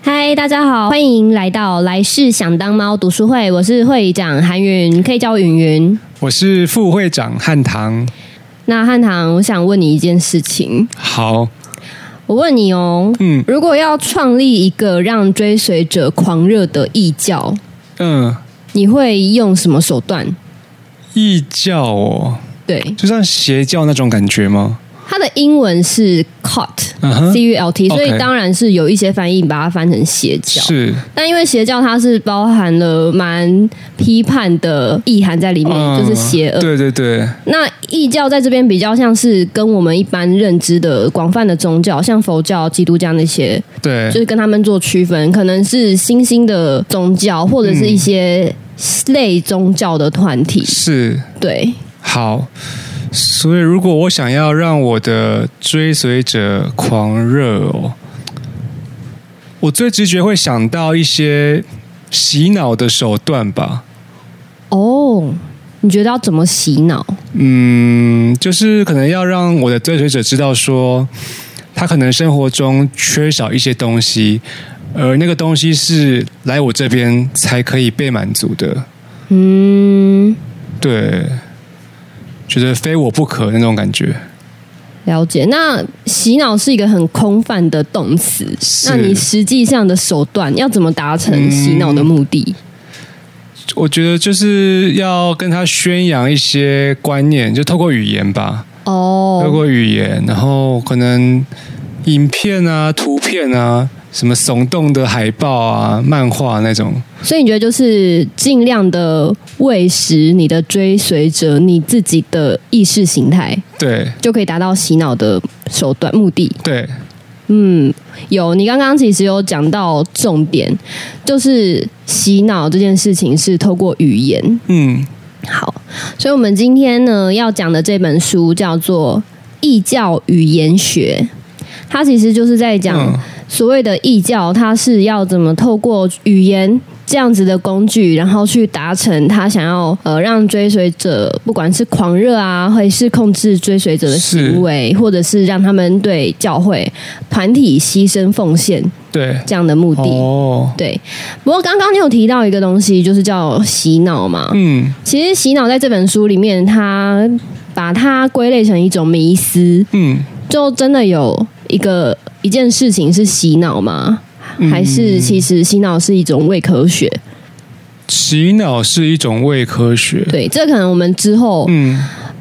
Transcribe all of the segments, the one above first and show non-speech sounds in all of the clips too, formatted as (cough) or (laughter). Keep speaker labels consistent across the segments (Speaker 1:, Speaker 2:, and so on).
Speaker 1: 嗨，大家好，欢迎来到来世想当猫读书会，我是会长韩云，可以叫我云云。
Speaker 2: 我是副会长汉唐。
Speaker 1: 那汉唐，我想问你一件事情，
Speaker 2: 好，
Speaker 1: 我问你哦，
Speaker 2: 嗯
Speaker 1: 如果要创立一个让追随者狂热的异教，
Speaker 2: 嗯，
Speaker 1: 你会用什么手段？
Speaker 2: 异教哦，
Speaker 1: 对，
Speaker 2: 就像邪教那种感觉吗？
Speaker 1: 它的英文是 cult，C、
Speaker 2: 嗯哼
Speaker 1: U L T，所以
Speaker 2: OK
Speaker 1: 当然是有一些翻译把它翻成邪教。
Speaker 2: 是，
Speaker 1: 但因为邪教它是包含了蛮批判的意涵在里面，
Speaker 2: 嗯
Speaker 1: 就是邪恶。
Speaker 2: 对对对，
Speaker 1: 那异教在这边比较像是跟我们一般认知的广泛的宗教，像佛教、基督教那些，就
Speaker 2: 对，
Speaker 1: 是跟他们做区分，可能是新兴的宗教或者是一些类宗教的团体。
Speaker 2: 是
Speaker 1: 对，
Speaker 2: 好。所以，如果我想要让我的追随者狂热哦，我最直觉会想到一些洗脑的手段吧。
Speaker 1: 哦，你觉得要怎么洗脑？
Speaker 2: 嗯，就是可能要让我的追随者知道说，他可能生活中缺少一些东西，而那个东西是来我这边才可以被满足的。
Speaker 1: 嗯，
Speaker 2: 对，觉得非我不可那种感觉。
Speaker 1: 了解。那洗脑是一个很空泛的动词，
Speaker 2: 是嗯
Speaker 1: 那你实际上的手段要怎么达成洗脑的目的？
Speaker 2: 我觉得就是要跟他宣扬一些观念，就透过语言吧，透
Speaker 1: 哦，
Speaker 2: 过语言，然后可能影片啊、图片啊、什么耸动的海报啊、漫画那种。
Speaker 1: 所以你觉得就是尽量的喂食你的追随者你自己的意识形态，
Speaker 2: 对
Speaker 1: 就可以达到洗脑的手段目的。
Speaker 2: 对，
Speaker 1: 嗯，有，你刚刚其实有讲到重点，就是洗脑这件事情是透过语言。
Speaker 2: 嗯。
Speaker 1: 好，所以我们今天呢要讲的这本书叫做《异教语言学》，它其实就是在讲
Speaker 2: 嗯
Speaker 1: 所谓的异教，它是要怎么透过语言。这样子的工具，然后去达成他想要呃让追随者，不管是狂热啊，还是控制追随者的行为，或者是让他们对教会团体牺牲奉献
Speaker 2: 对，
Speaker 1: 这样的目的。
Speaker 2: 哦，
Speaker 1: 对，不过刚刚你有提到一个东西，就是叫洗脑嘛。
Speaker 2: 嗯
Speaker 1: 其实洗脑在这本书里面，它把它归类成一种迷思，
Speaker 2: 嗯，
Speaker 1: 就真的有一个一件事情是洗脑吗？
Speaker 2: 嗯
Speaker 1: 还是其实洗脑是一种伪科学？
Speaker 2: 洗脑是一种伪科学。
Speaker 1: 对，这可能我们之后
Speaker 2: 嗯，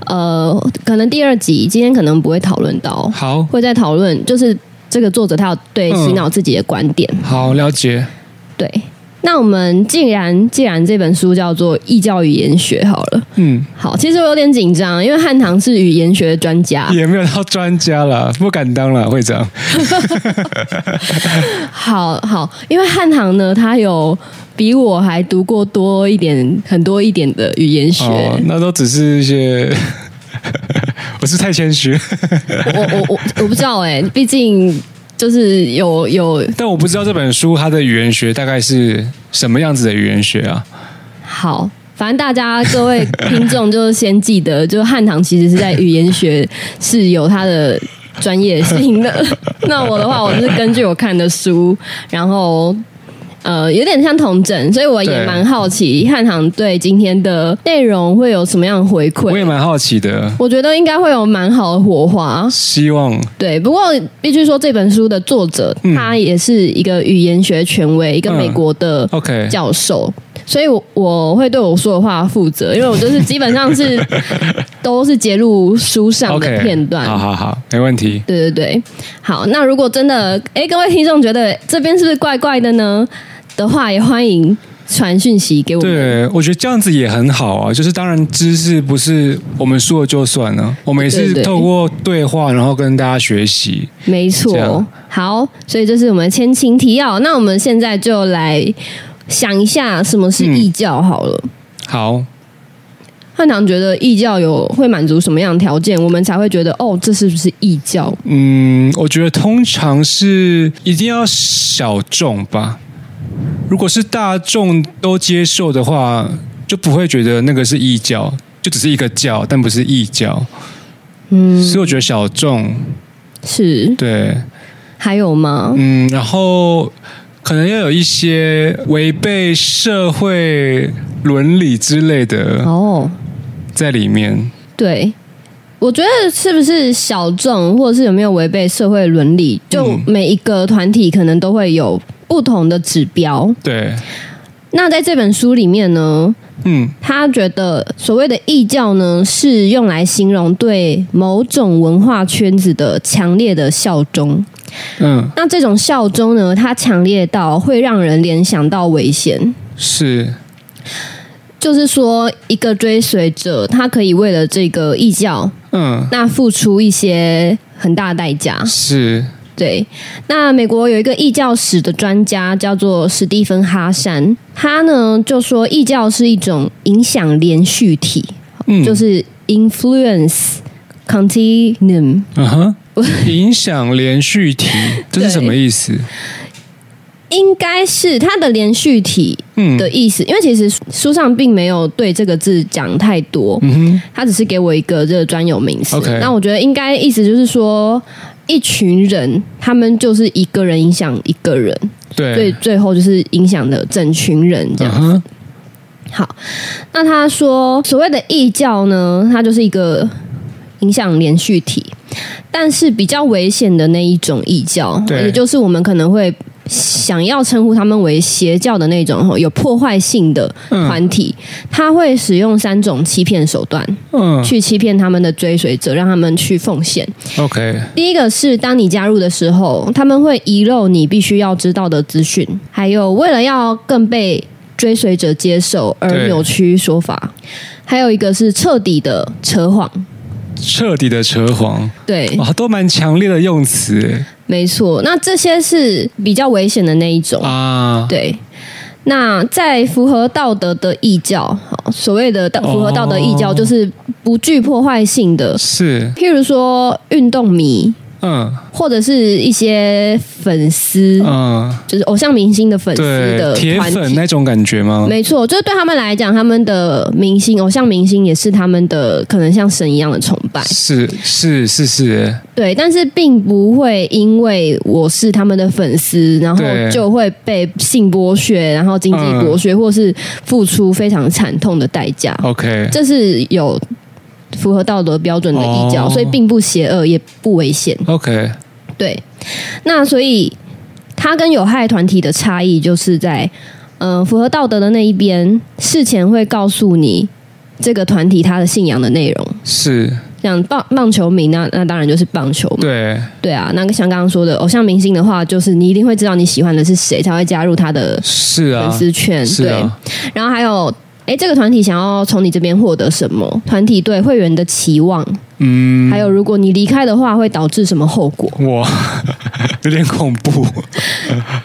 Speaker 1: 呃，可能第二集今天可能不会讨论到，
Speaker 2: 好
Speaker 1: 会再讨论就是这个作者他有对洗脑自己的观点。
Speaker 2: 好了解。
Speaker 1: 对，那我们既然既然这本书叫做《异教语言学》好了，
Speaker 2: 嗯，
Speaker 1: 好，其实我有点紧张，因为汉唐是语言学的专家。
Speaker 2: 也没有到专家啦，不敢当啦，会长。
Speaker 1: 好好，因为汉唐呢，他有比我还读过多一点、很多一点的语言学。
Speaker 2: 哦，那都只是一些， (laughs) 我是太谦虚，
Speaker 1: 我我我我不知道哎、毕竟就是有有
Speaker 2: 但我不知道这本书它的语言学大概是什么样子的语言学啊？
Speaker 1: 好。反正大家各位听众就是先记得，就是汉唐其实是在语言学是有他的专业性的。 (laughs) 那我的话，我是根据我看的书，然后呃有点像童诊，所以我也
Speaker 2: 对
Speaker 1: 蛮好奇汉唐对今天的内容会有什么样的回馈。
Speaker 2: 我也蛮好奇的，
Speaker 1: 我觉得应该会有蛮好的火花，
Speaker 2: 希望
Speaker 1: 对。不过必须说，这本书的作者、他也是一个语言学权威，一个
Speaker 2: 嗯
Speaker 1: 美国的
Speaker 2: OK
Speaker 1: 教授，所以我我会对我说的话负责，因为我就是基本上是都是揭露书上
Speaker 2: (laughs) OK
Speaker 1: 的片段。
Speaker 2: 好好好，没问题。
Speaker 1: 对对对，好，那如果真的，哎，各位听众觉得这边是不是怪怪的呢？的话，也欢迎传讯息给我们。
Speaker 2: 对，我觉得这样子也很好啊。就是当然，知识不是我们说了就算了，我们也
Speaker 1: 对
Speaker 2: 是
Speaker 1: 对
Speaker 2: 透过对话，然后跟大家学习。
Speaker 1: 没
Speaker 2: 这
Speaker 1: 错
Speaker 2: 样，
Speaker 1: 好，所以这是我们前情提要。那我们现在就来想一下什么是异教好
Speaker 2: 嗯
Speaker 1: 了。
Speaker 2: 好，
Speaker 1: 汉唐觉得异教有会满足什么样的条件，我们才会觉得哦，这是不是异教？
Speaker 2: 嗯，我觉得通常是一定要小众吧。如果是大众都接受的话，就不会觉得那个是异教，就只是一个教，但不是异教。
Speaker 1: 嗯，
Speaker 2: 所以我觉得小众，
Speaker 1: 是
Speaker 2: 对，
Speaker 1: 还有吗？
Speaker 2: 嗯嗯，然后。可能要有一些违背社会伦理之类的
Speaker 1: 哦，
Speaker 2: 在里面。
Speaker 1: 对，我觉得是不是小众，或者是有没有违背社会伦理，就
Speaker 2: 嗯
Speaker 1: 每一个团体可能都会有不同的指标。
Speaker 2: 对，
Speaker 1: 那在这本书里面呢，
Speaker 2: 嗯，
Speaker 1: 他觉得所谓的异教呢，是用来形容对某种文化圈子的强烈的效忠。
Speaker 2: 嗯，
Speaker 1: 那这种效忠呢，它强烈到会让人联想到危险。
Speaker 2: 是，
Speaker 1: 就是说，一个追随者，他可以为了这个异教，
Speaker 2: 嗯，
Speaker 1: 那付出一些很大的代价。
Speaker 2: 是，
Speaker 1: 对，那美国有一个异教史的专家叫做史蒂芬·哈山，他呢就说异教是一种影响连续体，
Speaker 2: 嗯，
Speaker 1: 就是 influence continuum。
Speaker 2: 嗯
Speaker 1: (laughs)
Speaker 2: 哼，影响连续体，这是什么意思？
Speaker 1: 应该是它的连续体
Speaker 2: 嗯
Speaker 1: 的意思，因为其实书上并没有对这个字讲太多，
Speaker 2: 嗯哼，
Speaker 1: 他只是给我一个这个专有名词。
Speaker 2: OK
Speaker 1: 那我觉得应该意思就是说，一群人他们就是一个人影响一个人，所以
Speaker 2: 对，
Speaker 1: 最后就是影响了整群人这
Speaker 2: 嗯
Speaker 1: 样。
Speaker 2: 哼，
Speaker 1: 好，那他说所谓的异教呢，它就是一个影响连续体，但是比较危险的那一种异教，
Speaker 2: 对
Speaker 1: 也就是我们可能会想要称呼他们为邪教的那种吼有破坏性的
Speaker 2: 嗯
Speaker 1: 团体，他会使用三种欺骗手段
Speaker 2: 嗯
Speaker 1: 去欺骗他们的追随者，让他们去奉献。
Speaker 2: ，OK，
Speaker 1: 第一个是，当你加入的时候，他们会遗漏你必须要知道的资讯，还有为了要更被追随者接受而
Speaker 2: 对
Speaker 1: 扭曲说法。还有一个是彻底的扯谎，
Speaker 2: 彻底的扯谎，
Speaker 1: 对，
Speaker 2: 哇，都蛮强烈的用词
Speaker 1: 没错。那这些是比较危险的那一种，
Speaker 2: 啊，
Speaker 1: 对。那在符合道德的异教，好所谓的道符合道德异教，
Speaker 2: 哦
Speaker 1: 就是不具破坏性的，
Speaker 2: 是，
Speaker 1: 譬如说运动迷，
Speaker 2: 嗯
Speaker 1: 或者是一些粉丝，
Speaker 2: 嗯，
Speaker 1: 就是偶像明星的粉丝
Speaker 2: 对，
Speaker 1: 的
Speaker 2: 铁
Speaker 1: 团
Speaker 2: 粉
Speaker 1: 体。
Speaker 2: 那种感觉吗？
Speaker 1: 没错，就是对他们来讲，他们的明星、偶像明星也是他们的可能像神一样的崇拜，
Speaker 2: 是是是是，
Speaker 1: 对。但是并不会因为我是他们的粉丝，然后
Speaker 2: 对嗯
Speaker 1: 就会被性剥削，然后经济剥削，或是付出非常惨痛的代价。
Speaker 2: OK，
Speaker 1: 这是有符合道德标准的异教，
Speaker 2: 哦
Speaker 1: 所以并不邪恶，也不危险。
Speaker 2: OK，
Speaker 1: 对，那所以他跟有害团体的差异就是在，呃，符合道德的那一边，事前会告诉你这个团体他的信仰的内容。
Speaker 2: 是
Speaker 1: 像棒棒球迷，那那当然就是棒球嘛，
Speaker 2: 对，
Speaker 1: 对啊。那个像刚刚说的偶像明星的话，就是你一定会知道你喜欢的是谁，才会加入他的
Speaker 2: 是啊
Speaker 1: 粉，丝圈，
Speaker 2: 是
Speaker 1: 对。
Speaker 2: 啊，
Speaker 1: 然后还有，诶，这个团体想要从你这边获得什么？团体对会员的期望，
Speaker 2: 嗯，
Speaker 1: 还有如果你离开的话会导致什么后果？
Speaker 2: 哇， (laughs) 有点恐怖，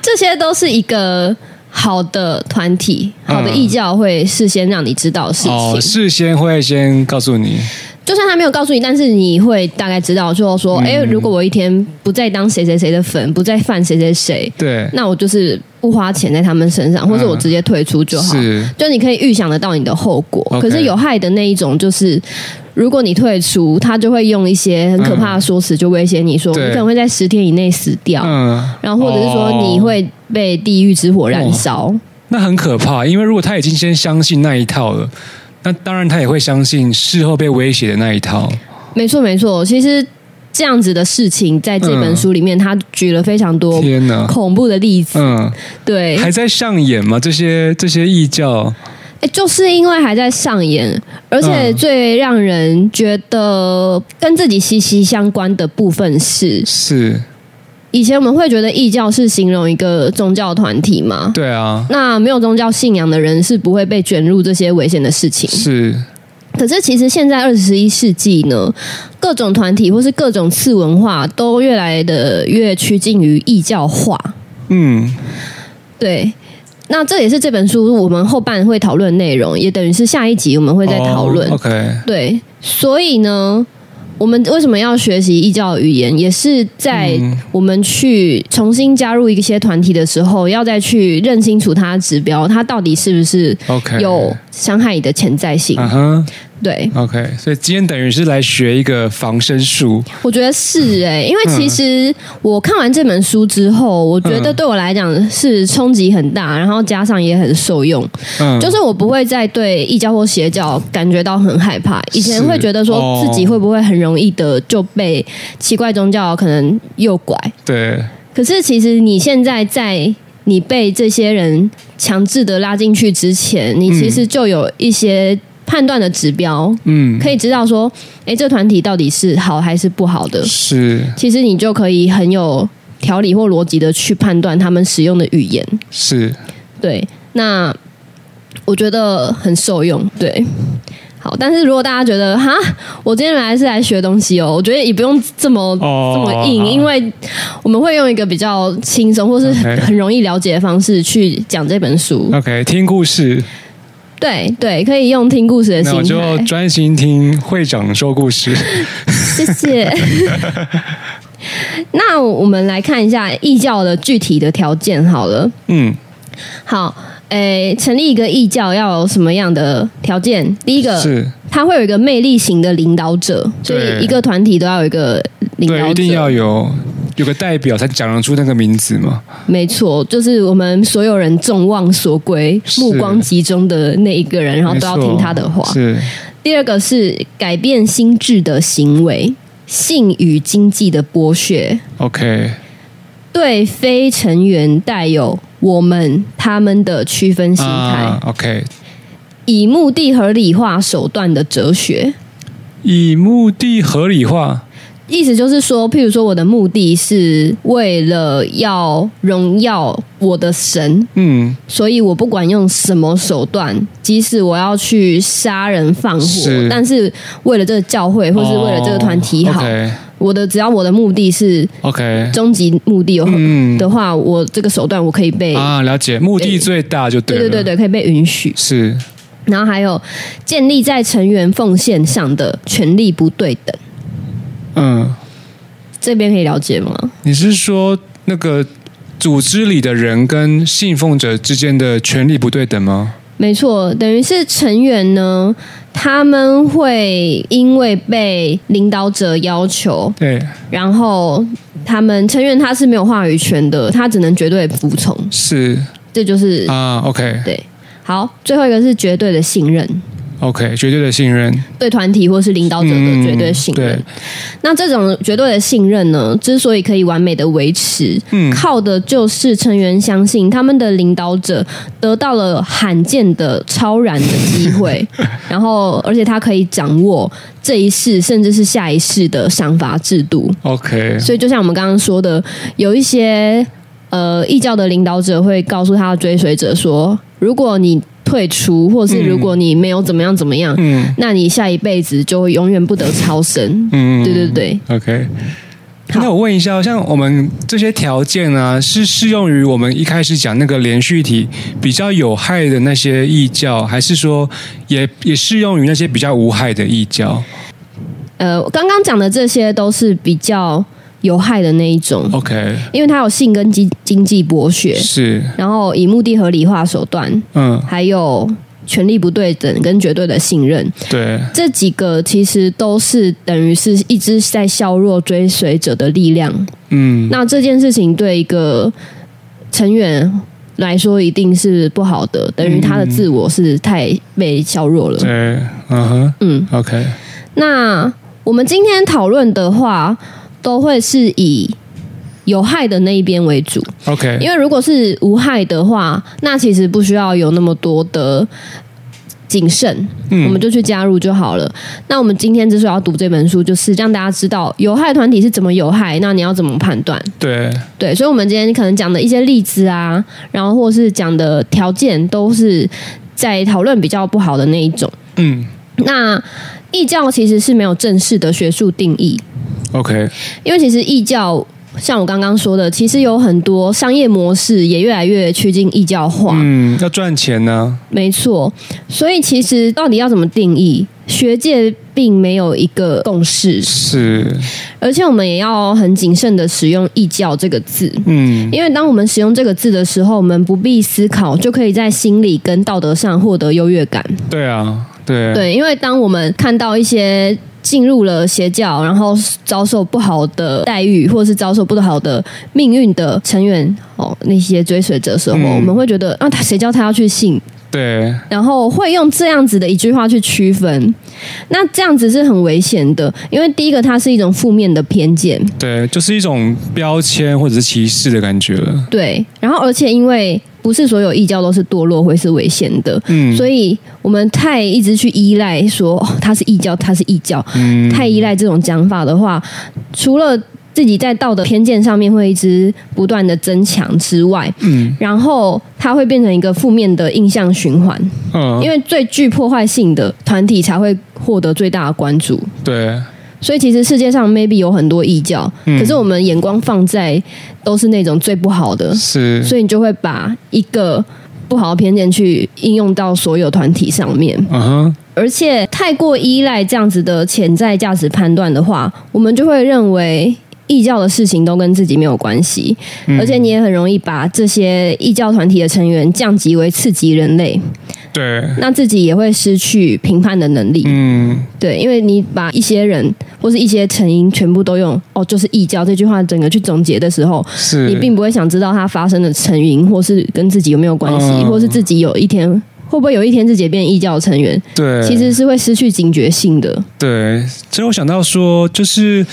Speaker 1: 这些都是一个好的团体、好的
Speaker 2: 嗯
Speaker 1: 义教会事先让你知道的事情。
Speaker 2: 哦，事先会先告诉你，
Speaker 1: 就算他没有告诉你，但是你会大概知道说说，
Speaker 2: 嗯
Speaker 1: 哎、如果我一天不再当谁谁谁的粉，不再犯谁谁谁，
Speaker 2: 对，
Speaker 1: 那我就是不花钱在他们身上，或者我直接退出就好。
Speaker 2: 嗯是
Speaker 1: 就你可以预想得到你的后果。
Speaker 2: OK
Speaker 1: 可是有害的那一种就是。如果你退出，他就会用一些很可怕的说辞，就威胁你说、
Speaker 2: 对
Speaker 1: 你可能会在十天以内死掉，
Speaker 2: 嗯，
Speaker 1: 然后或者是说
Speaker 2: 哦
Speaker 1: 你会被地狱之火燃烧。
Speaker 2: 那很可怕，因为如果他已经先相信那一套了，那当然他也会相信事后被威胁的那一套。
Speaker 1: 没错，没错。其实这样子的事情，在这本书里面，他举了非常多
Speaker 2: 嗯天哪，
Speaker 1: 恐怖的例子。
Speaker 2: 嗯，
Speaker 1: 对，
Speaker 2: 还
Speaker 1: 哎、
Speaker 2: 在上演吗？这些这些异教，
Speaker 1: 就是因为还在上演，而且
Speaker 2: 嗯
Speaker 1: 最让人觉得跟自己息息相关的部分是，
Speaker 2: 是
Speaker 1: 以前我们会觉得异教是形容一个宗教团体嘛。
Speaker 2: 对啊，
Speaker 1: 那没有宗教信仰的人是不会被卷入这些危险的事情。
Speaker 2: 是
Speaker 1: 可是，其实现在二十一世纪呢，各种团体或是各种次文化都越来的越趋近于异教化。
Speaker 2: 嗯，
Speaker 1: 对，那这也是这本书我们后半会讨论内容，也等于是下一集我们会再讨论。
Speaker 2: 哦 OK，
Speaker 1: 对，所以呢，我们为什么要学习异教语言，也是在
Speaker 2: 嗯
Speaker 1: 我们去重新加入一些团体的时候，要再去认清楚它的指标，它到底是不是
Speaker 2: OK，
Speaker 1: 有伤害你的潜在性。
Speaker 2: 嗯哼，
Speaker 1: 对，
Speaker 2: OK，所以今天等于是来学一个防身术。
Speaker 1: 我觉得是哎、因为其实我看完这本书之后，我觉得
Speaker 2: 嗯
Speaker 1: 对我来讲是冲击很大，然后加上也很受用。
Speaker 2: 嗯，
Speaker 1: 就是我不会再对异教或邪教感觉到很害怕。以前
Speaker 2: 是
Speaker 1: 会觉得说
Speaker 2: 哦
Speaker 1: 自己会不会很容易的就被奇怪宗教可能诱拐，
Speaker 2: 对，
Speaker 1: 可是其实你现在在你被这些人强制的拉进去之前，你其实就有一些判断的指标，
Speaker 2: 嗯，
Speaker 1: 可以知道说，诶，这团体到底是好还是不好的。
Speaker 2: 是
Speaker 1: 其实你就可以很有条理或逻辑的去判断他们使用的语言。
Speaker 2: 是，
Speaker 1: 对，那我觉得很受用。对，好，但是如果大家觉得哈，我今天来是来学东西哦，我觉得也不用这么、
Speaker 2: 哦
Speaker 1: 这么硬，
Speaker 2: 好
Speaker 1: 因为我们会用一个比较轻松或是
Speaker 2: OK
Speaker 1: 很容易了解的方式去讲这本书。
Speaker 2: OK，听故事，
Speaker 1: 对对，可以用听故事的
Speaker 2: 那
Speaker 1: 心
Speaker 2: 我就
Speaker 1: 态。
Speaker 2: 专心听会长说故事。
Speaker 1: (laughs) 谢
Speaker 2: (laughs)
Speaker 1: 谢。那我们来看一下异教的具体的条件好了。
Speaker 2: 嗯，
Speaker 1: 好，诶，成立一个异教要有什么样的条件？第一个
Speaker 2: 是
Speaker 1: 他会有一个魅力型的领导者，所以
Speaker 2: 对
Speaker 1: 一个团体都要有一个领导
Speaker 2: 对，
Speaker 1: 者，
Speaker 2: 一定要有有个代表才讲得出那个名字嘛。
Speaker 1: 没错，就是我们所有人众望所归，
Speaker 2: 是
Speaker 1: 目光集中的那一个人，然后都要
Speaker 2: 没错
Speaker 1: 听他的话。
Speaker 2: 是
Speaker 1: 第二个是改变心智的行为，性与经济的剥削，
Speaker 2: OK，
Speaker 1: 对非成员带有我们他们的区分心态，
Speaker 2: 啊 OK，
Speaker 1: 以目的合理化手段的哲学。
Speaker 2: 以目的合理化。
Speaker 1: 意思就是说，譬如说，我的目的是为了要荣耀我的神，
Speaker 2: 嗯，
Speaker 1: 所以我不管用什么手段，即使我要去杀人放火，
Speaker 2: 是
Speaker 1: 但是为了这个教会或是为了这个团体好，
Speaker 2: 嗯哦
Speaker 1: 我的只要我的目的是
Speaker 2: OK，,
Speaker 1: 终极目的有
Speaker 2: 嗯
Speaker 1: 的话，我这个手段我可以被。
Speaker 2: 啊，了解，目的最大就
Speaker 1: 对
Speaker 2: 了。
Speaker 1: 哎对对对，可以被允许。
Speaker 2: 是
Speaker 1: 然后还有建立在成员奉献上的权利不对等，
Speaker 2: 嗯。
Speaker 1: 这边可以了解吗？
Speaker 2: 你是说那个组织里的人跟信奉者之间的权利不对等吗？
Speaker 1: 没错，等于是成员呢，他们会因为被领导者要求，
Speaker 2: 对，
Speaker 1: 然后他们成员他是没有话语权的，他只能绝对服从，
Speaker 2: 是
Speaker 1: 这就是、
Speaker 2: 啊，OK
Speaker 1: 对。好，最后一个是绝对的信任，
Speaker 2: OK，绝对的信任，嗯
Speaker 1: 对团体或是领导者的绝哦对信任。
Speaker 2: 对
Speaker 1: 那这种绝对的信任呢，之所以可以完美的维持，
Speaker 2: 嗯
Speaker 1: 靠的就是成员相信他们的领导者得到了罕见的超然的机会，
Speaker 2: (laughs)
Speaker 1: 然后而且他可以掌握这一世甚至是下一世的赏罚制度。
Speaker 2: ，OK，
Speaker 1: 所以就像我们刚刚说的，有一些呃异教的领导者会告诉他的追随者说，如果你退出，或是如果你没有怎么样怎么样，
Speaker 2: 嗯
Speaker 1: 那你下一辈子就会永远不得超生。
Speaker 2: 嗯，
Speaker 1: 对对对，
Speaker 2: ，OK。
Speaker 1: 好
Speaker 2: 那我问一下，像我们这些条件啊，是适用于我们一开始讲那个连续体比较有害的那些异教，还是说也也适用于那些比较无害的异教
Speaker 1: 呃，我刚刚讲的这些都是比较有害的那一种，
Speaker 2: ？OK，
Speaker 1: 因为它有性跟经经济剥削，
Speaker 2: 是，
Speaker 1: 然后以目的合理化手段，
Speaker 2: 嗯，
Speaker 1: 还有权力不对等跟绝对的信任，
Speaker 2: 对，
Speaker 1: 这几个其实都是等于是一直在削弱追随者的力量。
Speaker 2: 嗯，
Speaker 1: 那这件事情对一个成员。来说一定是不好的，等于他的自我是太被削弱了。
Speaker 2: 嗯对，嗯哼。
Speaker 1: 嗯，
Speaker 2: OK，
Speaker 1: 那我们今天讨论的话，都会是以有害的那一边为主，
Speaker 2: OK，
Speaker 1: 因为如果是无害的话，那其实不需要有那么多的谨慎，
Speaker 2: 嗯
Speaker 1: 我们就去加入就好了。那我们今天之所以要读这本书，就是让大家知道有害团体是怎么有害，那你要怎么判断？
Speaker 2: 嗯对，
Speaker 1: 对，所以我们今天可能讲的一些例子啊，然后或是讲的条件，都是在讨论比较不好的那一种。
Speaker 2: 嗯
Speaker 1: 那异教其实是没有正式的学术定义，
Speaker 2: ，OK，
Speaker 1: 因为其实异教像我刚刚说的，其实有很多商业模式也越来越趋近异教化，
Speaker 2: 嗯，要赚钱呢、
Speaker 1: 没错。所以其实到底要怎么定义，学界并没有一个共识，
Speaker 2: 是，
Speaker 1: 而且我们也要很谨慎的使用“异教”这个字。
Speaker 2: 嗯，
Speaker 1: 因为当我们使用这个字的时候，我们不必思考，就可以在心理跟道德上获得优越感。
Speaker 2: 对啊，对
Speaker 1: 对，因为当我们看到一些进入了邪教，然后遭受不好的待遇，或者是遭受不好的命运的成员哦，那些追随者的时候，
Speaker 2: 嗯
Speaker 1: 我们会觉得啊，他谁叫他要去信？
Speaker 2: 对
Speaker 1: 然后会用这样子的一句话去区分，那这样子是很危险的，因为第一个它是一种负面的偏见，
Speaker 2: 对，就是一种标签或者是歧视的感觉了。
Speaker 1: 对，然后而且因为不是所有异教都是堕落会是危险的，
Speaker 2: 嗯，
Speaker 1: 所
Speaker 2: 以
Speaker 1: 以我们太一直去依赖说、哦、他是异教，他是异教，
Speaker 2: 嗯
Speaker 1: 太依赖这种讲法的话，除了自己在道德偏见上面会一直不断的增强之外，
Speaker 2: 嗯
Speaker 1: 然后它会变成一个负面的印象循环，
Speaker 2: 嗯，
Speaker 1: 因为最具破坏性的团体才会获得最大的关注。
Speaker 2: 对
Speaker 1: 所以其实世界上 maybe 有很多异教，
Speaker 2: 嗯
Speaker 1: 可是我们眼光放在都是那种最不好的，
Speaker 2: 是，
Speaker 1: 所以你就会把一个不好的偏见去应用到所有团体上面。
Speaker 2: 嗯哼，
Speaker 1: 而且太过依赖这样子的潜在价值判断的话，我们就会认为异教的事情都跟自己没有关系，
Speaker 2: 嗯
Speaker 1: 而且你也很容易把这些异教团体的成员降级为次级人类，
Speaker 2: 对，
Speaker 1: 那自己也会失去评判的能力。
Speaker 2: 嗯
Speaker 1: 对，因为你把一些人或是一些成因全部都用“哦，就是异教”这句话整个去总结的时候，
Speaker 2: 是，
Speaker 1: 你并不会想知道它发生的成因，或是跟自己有没有关系，
Speaker 2: 嗯
Speaker 1: 或是自己有一天会不会有一天自己也变异教成员。
Speaker 2: 对，
Speaker 1: 其实是会失去警觉性的。
Speaker 2: 对，其实我想到说，就是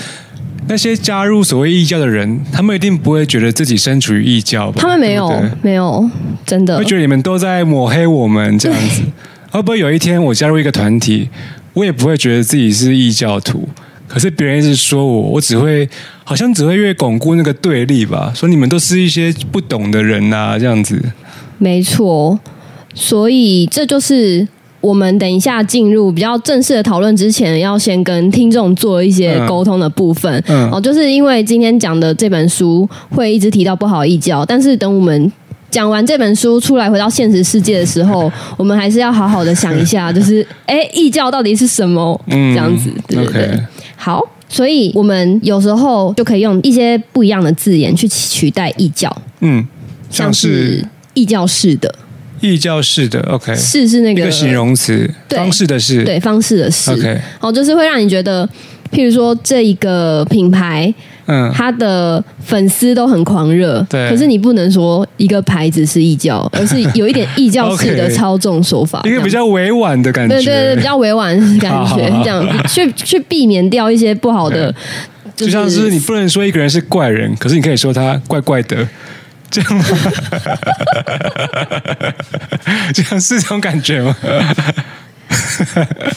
Speaker 2: 那些加入所谓异教的人，他们一定不会觉得自己身处于异教吧？
Speaker 1: 他们没有
Speaker 2: 对不对，
Speaker 1: 没有，真的
Speaker 2: 会，觉得你们都在抹黑我们这样子。 (laughs) 会不会有一天我加入一个团体，我也不会觉得自己是异教徒？可是别人一直说我，我只会好像只会越巩固那个对立吧，说你们都是一些不懂的人呐、这样子。
Speaker 1: 没错。哦所以这就是我们等一下进入比较正式的讨论之前，要先跟听众做一些
Speaker 2: 嗯
Speaker 1: 沟通的部分。
Speaker 2: 嗯
Speaker 1: 哦，就是因为今天讲的这本书会一直提到不好异教，但是等我们。讲完这本书出来，回到现实世界的时
Speaker 2: (laughs)
Speaker 1: 候，我们还是要好好的想一下，就是哎，异教到底是什么？
Speaker 2: 嗯
Speaker 1: 这样子，对不对
Speaker 2: OK
Speaker 1: 好，所以我们有时候就可以用一些不一样的字眼去取代异教，
Speaker 2: 嗯，像是
Speaker 1: 异教式的，
Speaker 2: 异教式的 OK，
Speaker 1: 式是那
Speaker 2: 一
Speaker 1: 个
Speaker 2: 个形容词，
Speaker 1: 对
Speaker 2: 方式的是
Speaker 1: 对方式的式，
Speaker 2: OK，
Speaker 1: 哦，就是会让你觉得，譬如说这一个品牌，
Speaker 2: 嗯，
Speaker 1: 它的粉丝都很狂热，
Speaker 2: 对
Speaker 1: 可是你不能说一个牌子是异教，而是有一点异教式的
Speaker 2: (laughs) OK
Speaker 1: 操纵手法，
Speaker 2: 一个比较委婉的感
Speaker 1: 这
Speaker 2: 觉，
Speaker 1: 样对对对，比较委婉的感觉，
Speaker 2: 好好好
Speaker 1: 这样去去避免掉一些不好的。
Speaker 2: 就像是你不能说一个人是怪人，可是你可以说他怪怪的， (laughs) 这样吗？这样是这种感觉吗？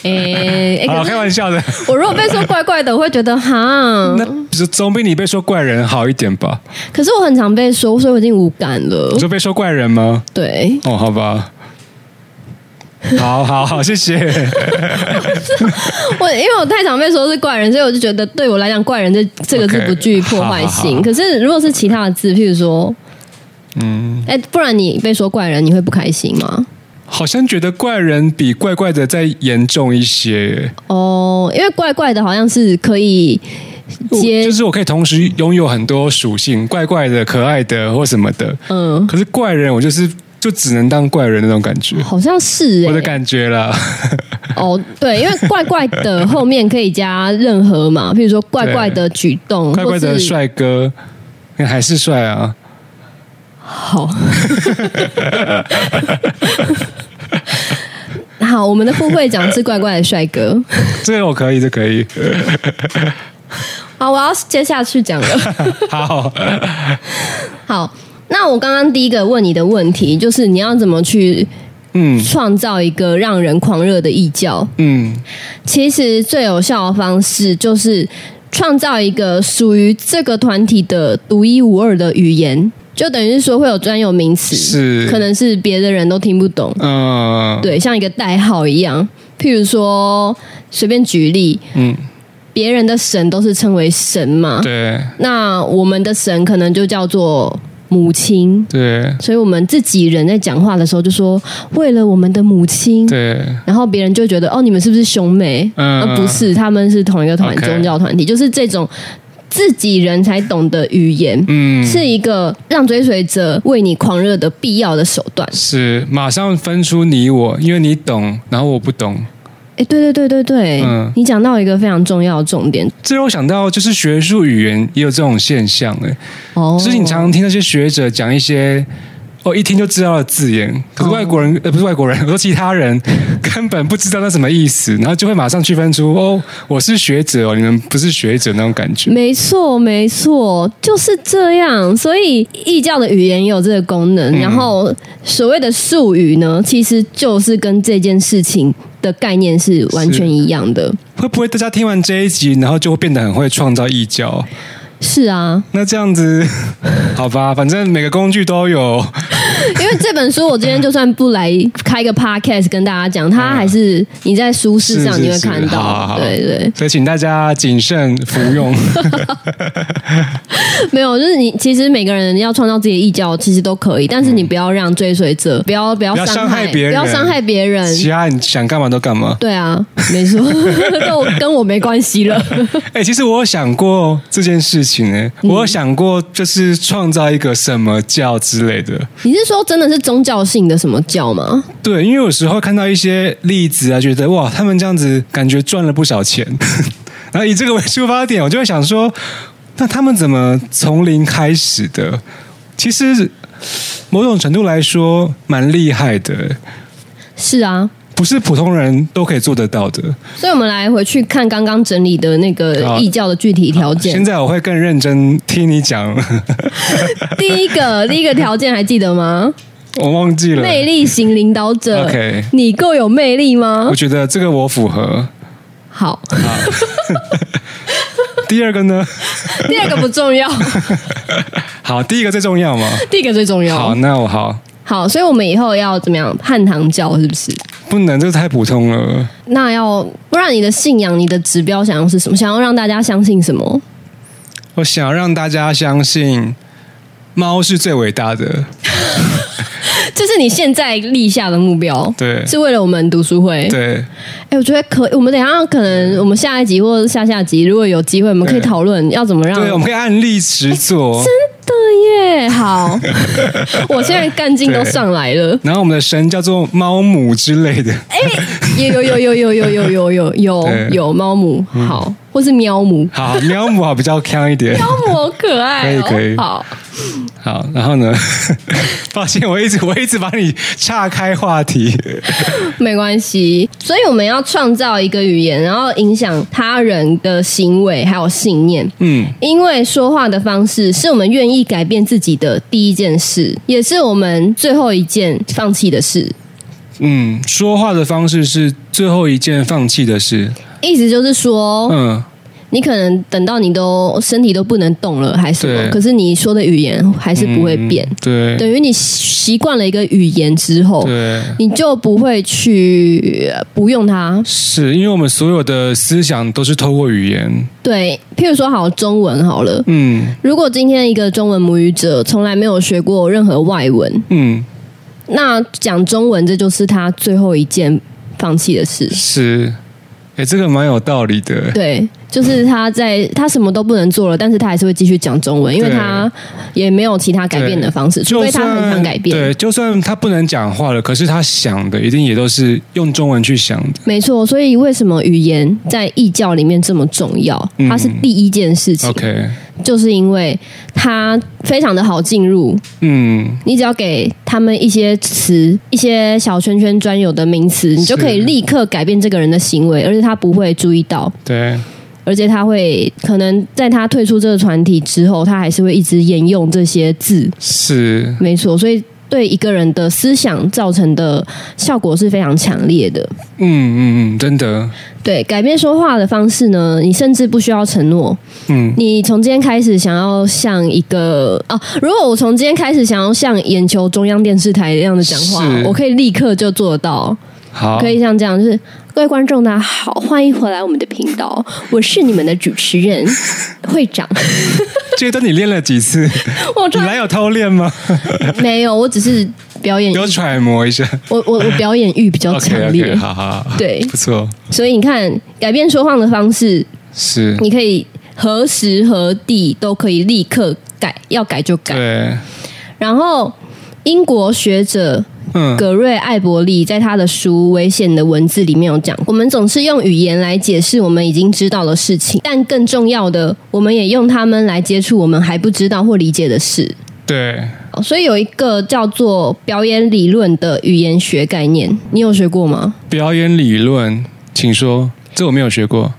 Speaker 1: 诶，诶
Speaker 2: 好，
Speaker 1: 哎可
Speaker 2: 开
Speaker 1: 是
Speaker 2: 玩笑的。
Speaker 1: 我如果被说怪怪的，我会觉得哈。
Speaker 2: 那比如总比你被说怪人好一点吧？
Speaker 1: 可是我很常被说，所以我已经无感了
Speaker 2: 你。说被说怪人吗？
Speaker 1: 对，
Speaker 2: 哦，好吧。好好好，谢谢。
Speaker 1: (laughs) 我因为我太常被说是怪人，所以我就觉得对我来讲，怪人这这个字
Speaker 2: OK，
Speaker 1: 不具破坏
Speaker 2: 好好
Speaker 1: 性。
Speaker 2: 好
Speaker 1: 可是如果是其他的字，譬如说，
Speaker 2: 嗯，
Speaker 1: 哎，不然你被说怪人，你会不开心吗？
Speaker 2: 好像觉得怪人比怪怪的再严重一些，
Speaker 1: 哦，因为怪怪的好像是可以接
Speaker 2: 就，是我可以同时拥有很多属性，怪怪的、可爱的或什么的。
Speaker 1: 嗯，
Speaker 2: 可是怪人，我就是就只能当怪人那种感觉。
Speaker 1: 好像是
Speaker 2: 我的
Speaker 1: 哎。
Speaker 2: 感觉啦，
Speaker 1: 哦，对，因为怪怪的后面可以加任何嘛，譬如说怪怪的举动，
Speaker 2: 怪怪
Speaker 1: 或
Speaker 2: 的
Speaker 1: 是
Speaker 2: 帅哥，你还是帅啊！ (laughs)
Speaker 1: 好。 (laughs) 好，我们的副会长是怪怪的帅哥。
Speaker 2: 这个我可以，这个
Speaker 1: (laughs)
Speaker 2: 可以。
Speaker 1: 好，我要接下去讲了。 (laughs)
Speaker 2: 好，
Speaker 1: 好，那我刚刚第一个问你的问题就是你要怎么去
Speaker 2: 嗯
Speaker 1: 创造一个让人狂热的异教？
Speaker 2: 嗯，
Speaker 1: 其实最有效的方式就是创造一个属于这个团体的独一无二的语言，就等于是说会有专有名词，
Speaker 2: 是
Speaker 1: 可能是别的人都听不懂。
Speaker 2: 嗯，，
Speaker 1: 对，像一个代号一样。譬如说，随便举例，
Speaker 2: 嗯，
Speaker 1: 别人的神都是称为神嘛，
Speaker 2: 对
Speaker 1: 那我们的神可能就叫做母亲。
Speaker 2: 对
Speaker 1: 所以我们自己人在讲话的时候就说，为了我们的母亲，
Speaker 2: 对，
Speaker 1: 然后别人就会觉得哦，你们是不是兄妹？
Speaker 2: 嗯
Speaker 1: 啊，不是，他们是同一个团
Speaker 2: OK
Speaker 1: 宗教团体，就是这种自己人才懂的语言，
Speaker 2: 嗯，
Speaker 1: 是一个让追随者为你狂热的必要的手段。
Speaker 2: 是马上分出你我，因为你懂，然后我不懂，
Speaker 1: 哎，对对对对对，
Speaker 2: 嗯
Speaker 1: 你讲到一个非常重要的重点
Speaker 2: 这让我想到，就是学术语言也有这种现象哎、
Speaker 1: 哦，
Speaker 2: 就是你常常听那些学者讲一些哦一听就知道的字眼，可是
Speaker 1: 哦
Speaker 2: 外国人、呃不是外国人， (laughs) 我说其他人根本不知道那什么意思，然后就会马上区分出哦我是学者哦，你们不是学者那种感觉。
Speaker 1: 没错，没错，就是这样。所以异教的语言也有这个功能，
Speaker 2: 嗯
Speaker 1: 然后所谓的术语呢，其实就是跟这件事情的概念是完全一样的。
Speaker 2: 会不会大家听完这一集，然后就会变得很会创造异教？
Speaker 1: 是啊，
Speaker 2: 那这样子 (laughs) 好吧，反正每个工具都有。
Speaker 1: 因为这本书我今天就算不来开个 podcast 跟大家讲，它还是你在书市上
Speaker 2: 是是
Speaker 1: 你会看
Speaker 2: 是好好
Speaker 1: 到，
Speaker 2: 好
Speaker 1: 对对，
Speaker 2: 所以请大家谨慎服
Speaker 1: (laughs)
Speaker 2: 用。
Speaker 1: 没有，就是你其实每个人要创造自己的异教，其实都可以，但是你不要让追随者，不要不要
Speaker 2: 不要
Speaker 1: 伤
Speaker 2: 伤害
Speaker 1: 害
Speaker 2: 别人
Speaker 1: 不要伤害别人，
Speaker 2: 其他你想干嘛都干嘛。
Speaker 1: 对啊，没错， (laughs) 跟我跟我没关系 (laughs) 了。
Speaker 2: 哎、其实我有想过这件事情、欸，
Speaker 1: 嗯
Speaker 2: 我有想过就是创造一个什么教之类的。
Speaker 1: 你是说真的是宗教性的什么教吗？
Speaker 2: 对，因为有时候看到一些例子啊，觉得哇，他们这样子感觉赚了不少钱， (laughs) 然后以这个为出发点，我就会想说，那他们怎么从零开始的？其实某种程度来说，蛮厉害的、
Speaker 1: 是啊，
Speaker 2: 不是普通人都可以做得到的。
Speaker 1: 所以我们来回去看刚刚整理的那个
Speaker 2: 好
Speaker 1: 异教的具体条
Speaker 2: 啊现
Speaker 1: 件。
Speaker 2: 在我会更认真听你讲，
Speaker 1: 第一个，第一个条件还记得吗？
Speaker 2: 我忘记了。
Speaker 1: 魅力型领导者
Speaker 2: OK
Speaker 1: 你够有魅力吗
Speaker 2: 我？觉得这个我符合。
Speaker 1: 好，
Speaker 2: 第二个呢？
Speaker 1: 第二个不
Speaker 2: (laughs)
Speaker 1: 重要，
Speaker 2: 好，第一个最重要嘛。
Speaker 1: 第一个最重要。
Speaker 2: 好，那我好，
Speaker 1: 好所以我们以后要怎么样？汉唐教是不是？
Speaker 2: 不能，这个太普通了。
Speaker 1: 那要不然你的信仰、你的指标想要是什么？想要让大家相信什么？
Speaker 2: 我想要让大家相信，猫是最伟大的。
Speaker 1: 这是你现在立下的目标，
Speaker 2: 对
Speaker 1: 是为了我们读书会。
Speaker 2: 对，
Speaker 1: 哎、我觉得可以，我们等一下可能我们下一集或者下下集，如果有机会，我们可以
Speaker 2: 对
Speaker 1: 讨论要怎么让。
Speaker 2: 对，我们可以按例实
Speaker 1: 哎
Speaker 2: 做。
Speaker 1: 真的耶，好， (laughs) 我现在干劲都
Speaker 2: 对
Speaker 1: 上来了。
Speaker 2: 然后我们的神叫做猫母之类的，
Speaker 1: 哎有有有有有有有有有
Speaker 2: 对嗯
Speaker 1: 有猫母，好，或是喵母，
Speaker 2: 好，喵母好比较强一点。
Speaker 1: (laughs) 喵母好可爱、哦，
Speaker 2: 可以可以
Speaker 1: 好，
Speaker 2: 好，然后呢？ (laughs) 抱歉，我一直我一直把你岔开话题。
Speaker 1: 没关系。所以我们要创造一个语言，然后影响他人的行为还有信念。
Speaker 2: 嗯，
Speaker 1: 因为说话的方式是我们愿意改变自己的第一件事，也是我们最后一件放弃的事。
Speaker 2: 嗯，说话的方式是最后一件放弃的事。
Speaker 1: 意思就是说，
Speaker 2: 嗯，
Speaker 1: 你可能等到你都身体都不能动了，还是什么，
Speaker 2: 对
Speaker 1: 可是你说的语言还是不会变。
Speaker 2: 嗯对
Speaker 1: 等于你习惯了一个语言之后，
Speaker 2: 对，
Speaker 1: 你就不会去呃不用它。
Speaker 2: 是因为我们所有的思想都是透过语言。
Speaker 1: 对，譬如说好中文好了，
Speaker 2: 嗯
Speaker 1: 如果今天一个中文母语者从来没有学过任何外文，
Speaker 2: 嗯，
Speaker 1: 那讲中文，这就是他最后一件放弃的事。
Speaker 2: 是。哎，这个蛮有道理的。
Speaker 1: 对，就是他在他什么都不能做了，但是他还是会继续讲中文，因为
Speaker 2: 对
Speaker 1: 他也没有其他改变的方式，除
Speaker 2: 就
Speaker 1: 非他很想
Speaker 2: 算
Speaker 1: 改变。
Speaker 2: 对，就算他不能讲话了，可是他想的一定也都是用中文去想的。
Speaker 1: 没错，所以为什么语言在异教里面这么重要？
Speaker 2: 嗯
Speaker 1: 它是第一件事情，
Speaker 2: OK，
Speaker 1: 就是因为它非常的好进入，
Speaker 2: 嗯，
Speaker 1: 你只要给他们一些词、一些小圈圈专有的名词，你就可以
Speaker 2: 是
Speaker 1: 立刻改变这个人的行为，而且他不会注意到。
Speaker 2: 对，
Speaker 1: 而且他会可能在他退出这个团体之后，他还是会一直沿用这些字，
Speaker 2: 是。
Speaker 1: 没错，所以。对一个人的思想造成的效果是非常强烈的。
Speaker 2: 嗯嗯嗯，真的，
Speaker 1: 对，改变说话的方式呢，你甚至不需要承诺。
Speaker 2: 嗯，
Speaker 1: 你从今天开始想要像一个哦，如果我从今天开始想要像眼球中央电视台一样的讲话
Speaker 2: 是，
Speaker 1: 我可以立刻就做得到。
Speaker 2: 好，
Speaker 1: 可以像这样，就是各位观众大家好，欢迎回来我们的频道，我是你们的主持
Speaker 2: (laughs)
Speaker 1: 人会长。
Speaker 2: 这些都你练了几
Speaker 1: (laughs)
Speaker 2: 次？
Speaker 1: 我突
Speaker 2: 你
Speaker 1: 然
Speaker 2: 来有偷练吗？
Speaker 1: 没有，我只是表演欲
Speaker 2: 有，揣摩一下。
Speaker 1: 我我我表演欲比较强
Speaker 2: OK
Speaker 1: 烈
Speaker 2: OK，好好，好
Speaker 1: 对
Speaker 2: 不错，
Speaker 1: 所以你看，改变说话的方式，
Speaker 2: 是，
Speaker 1: 你可以何时何地都可以立刻改，要改就改。
Speaker 2: 对，
Speaker 1: 然后，英国学者
Speaker 2: 嗯
Speaker 1: 葛瑞·艾伯利在他的书《危险的文字》里面有讲，我们总是用语言来解释我们已经知道的事情，但更重要的，我们也用它们来接触我们还不知道或理解的事。
Speaker 2: 对，
Speaker 1: 哦所以有一个叫做表演理论的语言学概念，你有学过吗？
Speaker 2: 表演理论，请说，这我没有学过。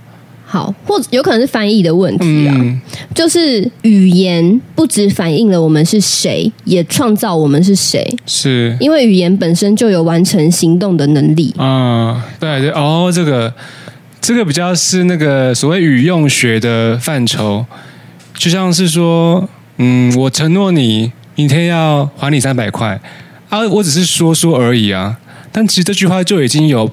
Speaker 1: 好，或者有可能是翻译的问题啊。
Speaker 2: 嗯，
Speaker 1: 就是语言不只反映了我们是谁，也创造我们是谁，
Speaker 2: 是
Speaker 1: 因为语言本身就有完成行动的能力。
Speaker 2: 啊、对对，哦，这个这个比较是那个所谓语用学的范畴，就像是说，嗯，我承诺你明天要还你三百块啊，我只是说说而已啊，但其实这句话就已经有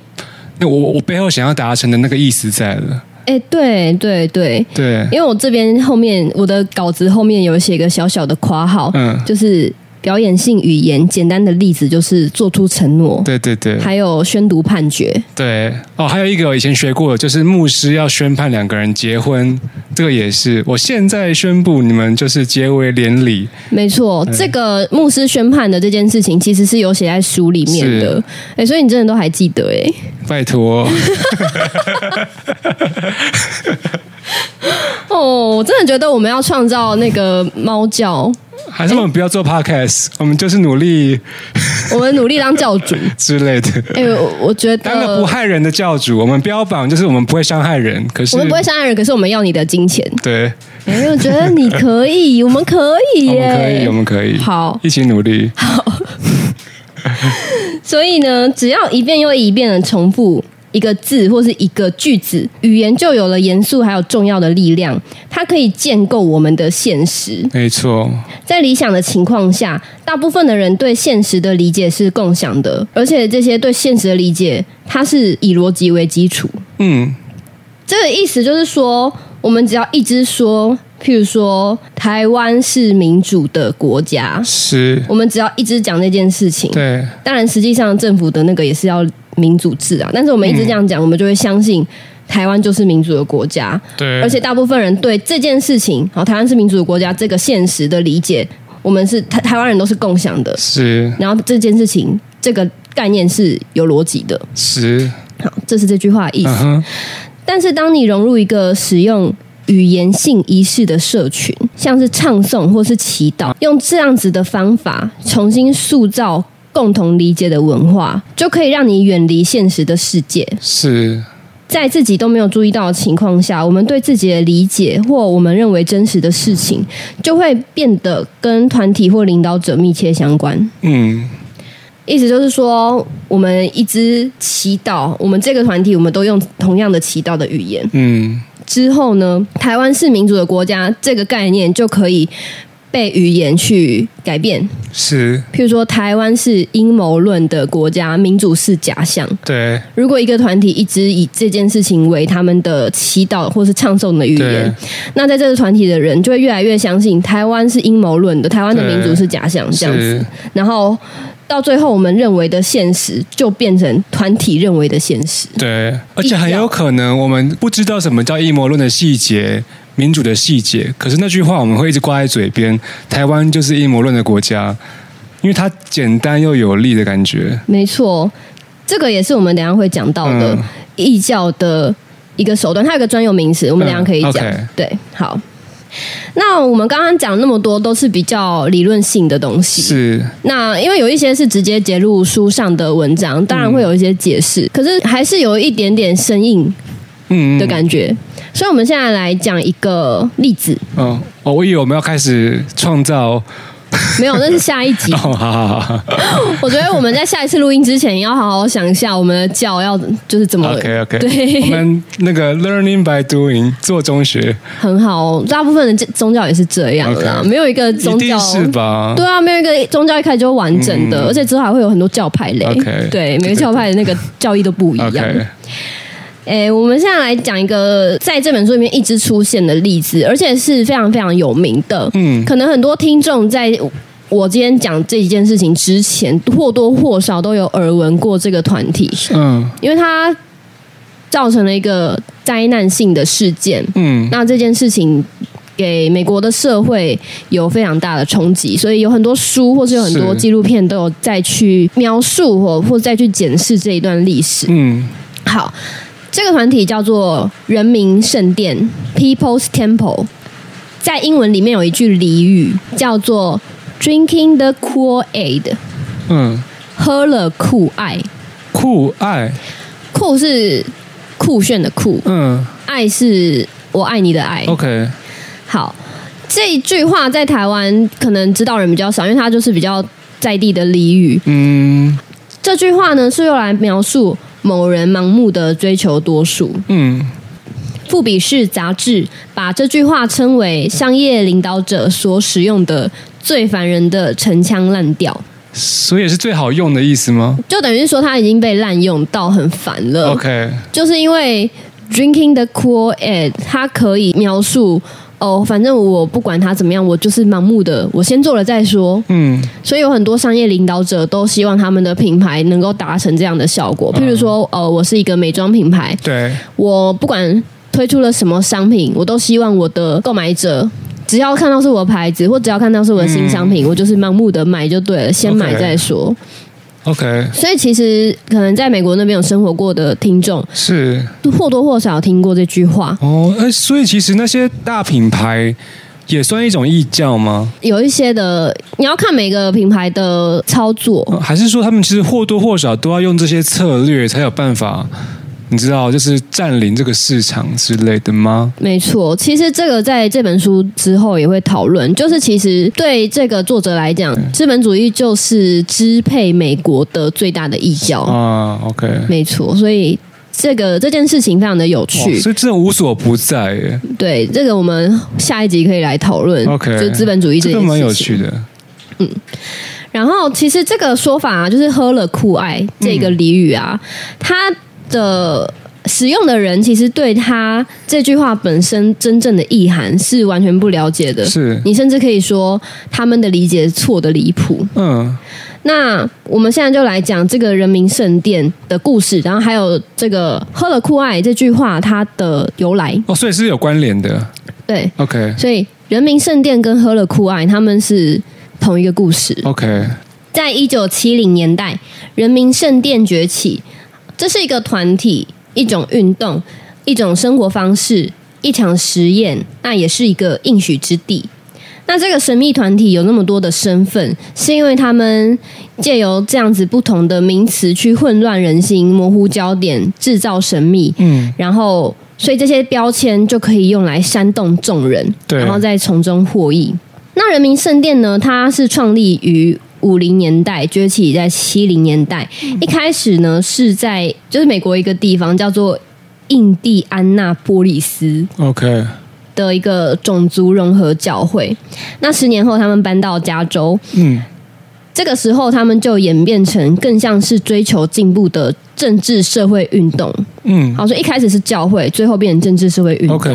Speaker 2: 那我我背后想要达成的那个意思在了，
Speaker 1: 哎，对对对，
Speaker 2: 对，
Speaker 1: 因为我这边后面我的稿子后面有写一个小小的括号，
Speaker 2: 嗯，
Speaker 1: 就是表演性语言。简单的例子就是做出承诺，
Speaker 2: 对对对
Speaker 1: 还有宣读判决。
Speaker 2: 对，哦，还有一个我以前学过的，就是牧师要宣判两个人结婚，这个也是，我现在宣布你们就是结为连理，
Speaker 1: 没错，
Speaker 2: 嗯
Speaker 1: 这个牧师宣判的这件事情其实是有写在书里面的。哎，所以你真的都还记得哎、
Speaker 2: 拜托。
Speaker 1: 哦，我真的觉得我们要创造那个猫
Speaker 2: (laughs)
Speaker 1: 叫，
Speaker 2: 还是我们不要做 podcast，、我们就是努力
Speaker 1: 我们努力当教主。
Speaker 2: 之类的，
Speaker 1: 哎、我我觉
Speaker 2: 当个不
Speaker 1: 得
Speaker 2: 害人的教主。我们标榜就是我们不会伤害人，可是
Speaker 1: 我们不会伤害人，可是我们要你的金钱。
Speaker 2: 对，
Speaker 1: 哎、我觉得你可以，我们可以
Speaker 2: (laughs) 我
Speaker 1: 耶，
Speaker 2: 们可以，我们可以，
Speaker 1: 好
Speaker 2: 一起努力。
Speaker 1: 所以呢，只要一遍又一遍的重复一个字或是一个句子，语言就有了严肃还有重要的力量，它可以建构我们的现实。
Speaker 2: 没错，
Speaker 1: 在理想的情况下，大部分的人对现实的理解是共享的，而且这些对现实的理解，它是以逻辑为基础。
Speaker 2: 嗯，
Speaker 1: 这个意思就是说，我们只要一直说，譬如说台湾是民主的国家，
Speaker 2: 是，
Speaker 1: 我们只要一直讲这件事情，
Speaker 2: 对，
Speaker 1: 当然，实际上政府的那个也是要民主制啊，但是我们一直这样讲，我们就会相信台湾就是民主的国家，
Speaker 2: 对，
Speaker 1: 而且大部分人对这件事情，好，台湾是民主的国家这个现实的理解，我们是台台湾人都是共享的，
Speaker 2: 是
Speaker 1: 然后这件事情这个概念是有逻辑的，
Speaker 2: 是，
Speaker 1: 好，这是这句话的意思。
Speaker 2: 嗯哼，
Speaker 1: 但是当你融入一个使用语言性仪式的社群，像是唱诵或是祈祷，用这样子的方法重新塑造共同理解的文化，就可以让你远离现实的世界。
Speaker 2: 是
Speaker 1: 在自己都没有注意到的情况下，我们对自己的理解或我们认为真实的事情，就会变得跟团体或领导者密切相关。
Speaker 2: 嗯，
Speaker 1: 意思就是说，我们一直祈祷，我们这个团体，我们都用同样的祈祷的语言。
Speaker 2: 嗯，
Speaker 1: 之后呢，台湾是民主的国家这个概念就可以被语言去改变。
Speaker 2: 是，
Speaker 1: 譬如说，台湾是阴谋论的国家，民主是假象。
Speaker 2: 对，
Speaker 1: 如果一个团体一直以这件事情为他们的祈祷或是唱诵的语言
Speaker 2: 对，，
Speaker 1: 那在这个团体的人就会越来越相信台湾是阴谋论的，台湾的民主是假象这样子
Speaker 2: 是。，
Speaker 1: 然后到最后，我们认为的现实就变成团体认为的现实。
Speaker 2: 对，而且很有可能我们不知道什么叫阴谋论的细节、民主的细节，可是那句话我们会一直挂在嘴边。台湾就是阴谋论的国家，因为它简单又有力的感觉。
Speaker 1: 没错，这个也是我们等一下会讲到的
Speaker 2: 嗯
Speaker 1: 异教的一个手段，它有个专有名词，我们等一下可以讲。
Speaker 2: 嗯，OK
Speaker 1: 对，好。那我们刚刚讲那么多都是比较理论性的东西，
Speaker 2: 是，
Speaker 1: 那因为有一些是直接揭露书上的文章，当然会有一些解释，可是还是有一点点生硬
Speaker 2: 嗯，
Speaker 1: 的感觉。所以，我们现在来讲一个例子，
Speaker 2: 哦，哦，我以为我们要开始
Speaker 1: (laughs)
Speaker 2: 创造。哦
Speaker 1: 没有，那是下一
Speaker 2: (laughs)
Speaker 1: 集
Speaker 2: 哦，。好好好
Speaker 1: 我觉得我们在下一次录音之前，要好好想一下我们的教要就是怎么
Speaker 2: ，OK OK，
Speaker 1: 对
Speaker 2: 我们那个 learning by doing 做中学，
Speaker 1: 很好，哦大部分的宗教也是这样啦
Speaker 2: OK
Speaker 1: 没有一个
Speaker 2: 一
Speaker 1: 宗
Speaker 2: 定
Speaker 1: 教
Speaker 2: 是吧？
Speaker 1: 对啊，没有一个宗教一开始就完整的，
Speaker 2: 嗯
Speaker 1: 而且之后还会有很多教派嘞。
Speaker 2: OK
Speaker 1: 对，每
Speaker 2: 对
Speaker 1: 个
Speaker 2: 对
Speaker 1: 教派的那个教义都不一样。
Speaker 2: ，OK，
Speaker 1: 诶、我们现在来讲一个在这本书里面一直出现的例子，而且是非常非常有名的。
Speaker 2: 嗯
Speaker 1: 可能很多听众在我今天讲这一件事情之前，或多或少都有耳闻过这个团体，
Speaker 2: 嗯
Speaker 1: 因为它造成了一个灾难性的事件。
Speaker 2: 嗯，
Speaker 1: 那这件事情给美国的社会有非常大的冲击，所以有很多书或是有很多
Speaker 2: 是
Speaker 1: 纪录片都有再去描述或或再去检视这一段历史。
Speaker 2: 嗯，
Speaker 1: 好，这个团体叫做人民圣殿 （People's Temple）。在英文里面有一句俚语叫做 “Drinking the cool aid”，
Speaker 2: 嗯，
Speaker 1: 喝了酷爱。
Speaker 2: 酷爱，
Speaker 1: 酷是酷炫的酷，
Speaker 2: 嗯
Speaker 1: 爱是我爱你的爱。
Speaker 2: ，OK，
Speaker 1: 好，这一句话在台湾可能知道人比较少，因为它就是比较在地的俚语。
Speaker 2: 嗯
Speaker 1: 这句话呢是用来描述某人盲目的追求多数。
Speaker 2: 嗯，
Speaker 1: 《富比士》杂志把这句话称为商业领导者所使用的最烦人的陈腔滥调，
Speaker 2: 所以也是最好用的意思吗
Speaker 1: 就等于是说它已经被滥用到很烦了。
Speaker 2: ？OK，
Speaker 1: 就是因为 drinking the cool air，它可以描述哦，反正我不管它怎么样，我就是盲目的，我先做了再说。
Speaker 2: 嗯
Speaker 1: 所以有很多商业领导者都希望他们的品牌能够达成这样的效果。譬如说，呃，我是一个美妆品牌，
Speaker 2: 对，
Speaker 1: 我不管推出了什么商品，我都希望我的购买者。只要看到是我的牌子，或只要看到是我的新商品，我就是盲目的买就对了，先买
Speaker 2: OK
Speaker 1: 再说。
Speaker 2: OK，
Speaker 1: 所以其实可能在美国那边有生活过的听众，
Speaker 2: 是
Speaker 1: 或多或少听过这句话。
Speaker 2: 哦，哎，所以其实那些大品牌也算一种异教吗？
Speaker 1: 有一些的，你要看每个品牌的操作，
Speaker 2: 呃还是说他们其实或多或少都要用这些策略才有办法？你知道，就是占领这个市场之类的吗？
Speaker 1: 没错。其实这个在这本书之后也会讨论，就是其实对这个作者来讲，资本主义就是支配美国的最大的异教。
Speaker 2: 啊，OK，
Speaker 1: 没错，所以这个这件事情非常的有
Speaker 2: 哇
Speaker 1: 趣。
Speaker 2: 所以这种无所不在耶，
Speaker 1: 对，这个我们下一集可以来讨论
Speaker 2: OK
Speaker 1: 就资本主义这
Speaker 2: 这
Speaker 1: 件事情。
Speaker 2: 个蛮有趣的。
Speaker 1: 然后其实这个说法、啊、就是“喝了酷爱”这个俚语啊，它的使用的人其实对它这句话本身真正的意涵是完全不了解的。
Speaker 2: 是，
Speaker 1: 你甚至可以说他们的理解错的离谱。
Speaker 2: 嗯，
Speaker 1: 那我们现在就来讲这个人民圣殿的故事，然后还有这个“喝了酷爱”这句话它的由来。
Speaker 2: 哦，所以是有关联的。
Speaker 1: 对，
Speaker 2: OK，OK，、
Speaker 1: 所以人民圣殿跟“喝了酷爱”他们是同一个故事。在一九七零年代，人民圣殿崛起，这是一个团体、一种运动、一种生活方式、一场实验，那也是一个应许之地。那这个神秘团体有那么多的身份，是因为他们借由这样子不同的名词去混乱人心、模糊焦点、制造神秘，
Speaker 2: 嗯，
Speaker 1: 然后所以这些标签就可以用来煽动众人，
Speaker 2: 对
Speaker 1: 然后再从中获益。那人民圣殿呢？它是创立于五零年代，崛起在七零年代。
Speaker 2: 嗯
Speaker 1: 一开始呢，是在就是美国一个地方叫做印第安纳波利斯
Speaker 2: OK，
Speaker 1: 的一个种族融合教会。那十年后，他们搬到加州，
Speaker 2: 嗯，
Speaker 1: 这个时候他们就演变成更像是追求进步的政治社会运动。
Speaker 2: 嗯
Speaker 1: 好，所以一开始是教会，最后变成政治社会运动。
Speaker 2: ，OK，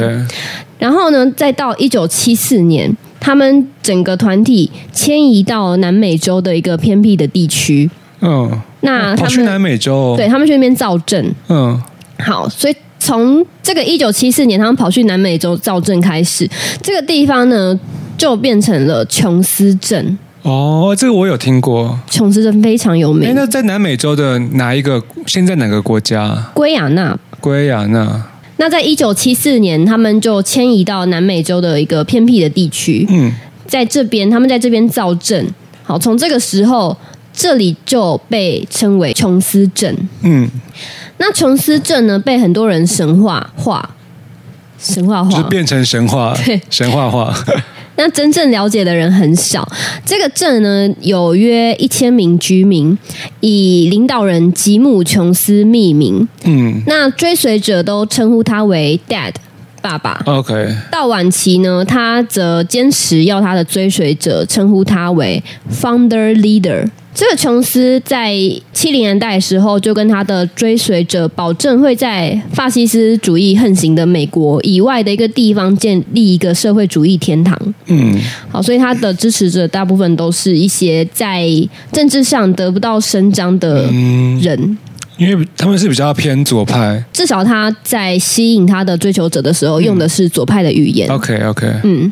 Speaker 1: 然后呢，再到一九七四年，他们整个团体迁移到南美洲的一个偏僻的地区。
Speaker 2: 嗯，
Speaker 1: 那
Speaker 2: 跑
Speaker 1: 他
Speaker 2: 去
Speaker 1: 们、
Speaker 2: 南美洲、哦，
Speaker 1: 对，他们去那边造镇。
Speaker 2: 嗯，
Speaker 1: 好，所以从这个一九七四年他们跑去南美洲造镇开始，这个地方呢就变成了琼斯镇。
Speaker 2: 哦，这个我有听过。
Speaker 1: 琼斯镇非常有
Speaker 2: 哎，
Speaker 1: 名，
Speaker 2: 那在南美洲的哪一个？现在哪个国家？
Speaker 1: 圭亚那。
Speaker 2: 圭亚那。
Speaker 1: 那在一九七四年，他们就迁移到南美洲的一个偏僻的地区。
Speaker 2: 嗯，
Speaker 1: 在这边，他们在这边造镇。好，从这个时候，这里就被称为琼斯镇。
Speaker 2: 嗯，
Speaker 1: 那琼斯镇呢，被很多人神话化，神话
Speaker 2: 就是
Speaker 1: 化。
Speaker 2: 变成神话
Speaker 1: (laughs) 对，
Speaker 2: 神话化。 (laughs)
Speaker 1: 那真正了解的人很少。这个镇呢，有约一千名居民，以领导人吉姆·琼斯命名。
Speaker 2: 嗯
Speaker 1: 那追随者都称呼他为 “Dad”，爸爸。
Speaker 2: ，OK，
Speaker 1: 到晚期呢，他则坚持要他的追随者称呼他为 founder leader。这个琼斯在七零年代的时候，就跟他的追随者保证会在法西斯主义横行的美国以外的一个地方建立一个社会主义天堂。
Speaker 2: 嗯
Speaker 1: 好，所以他的支持者大部分都是一些在政治上得不到伸张的
Speaker 2: 嗯，
Speaker 1: 人。
Speaker 2: 因为他们是比较偏左派。
Speaker 1: 至少他在吸引他的追求者的时候，用的是左派的语言。
Speaker 2: 嗯 OK OK，
Speaker 1: 嗯，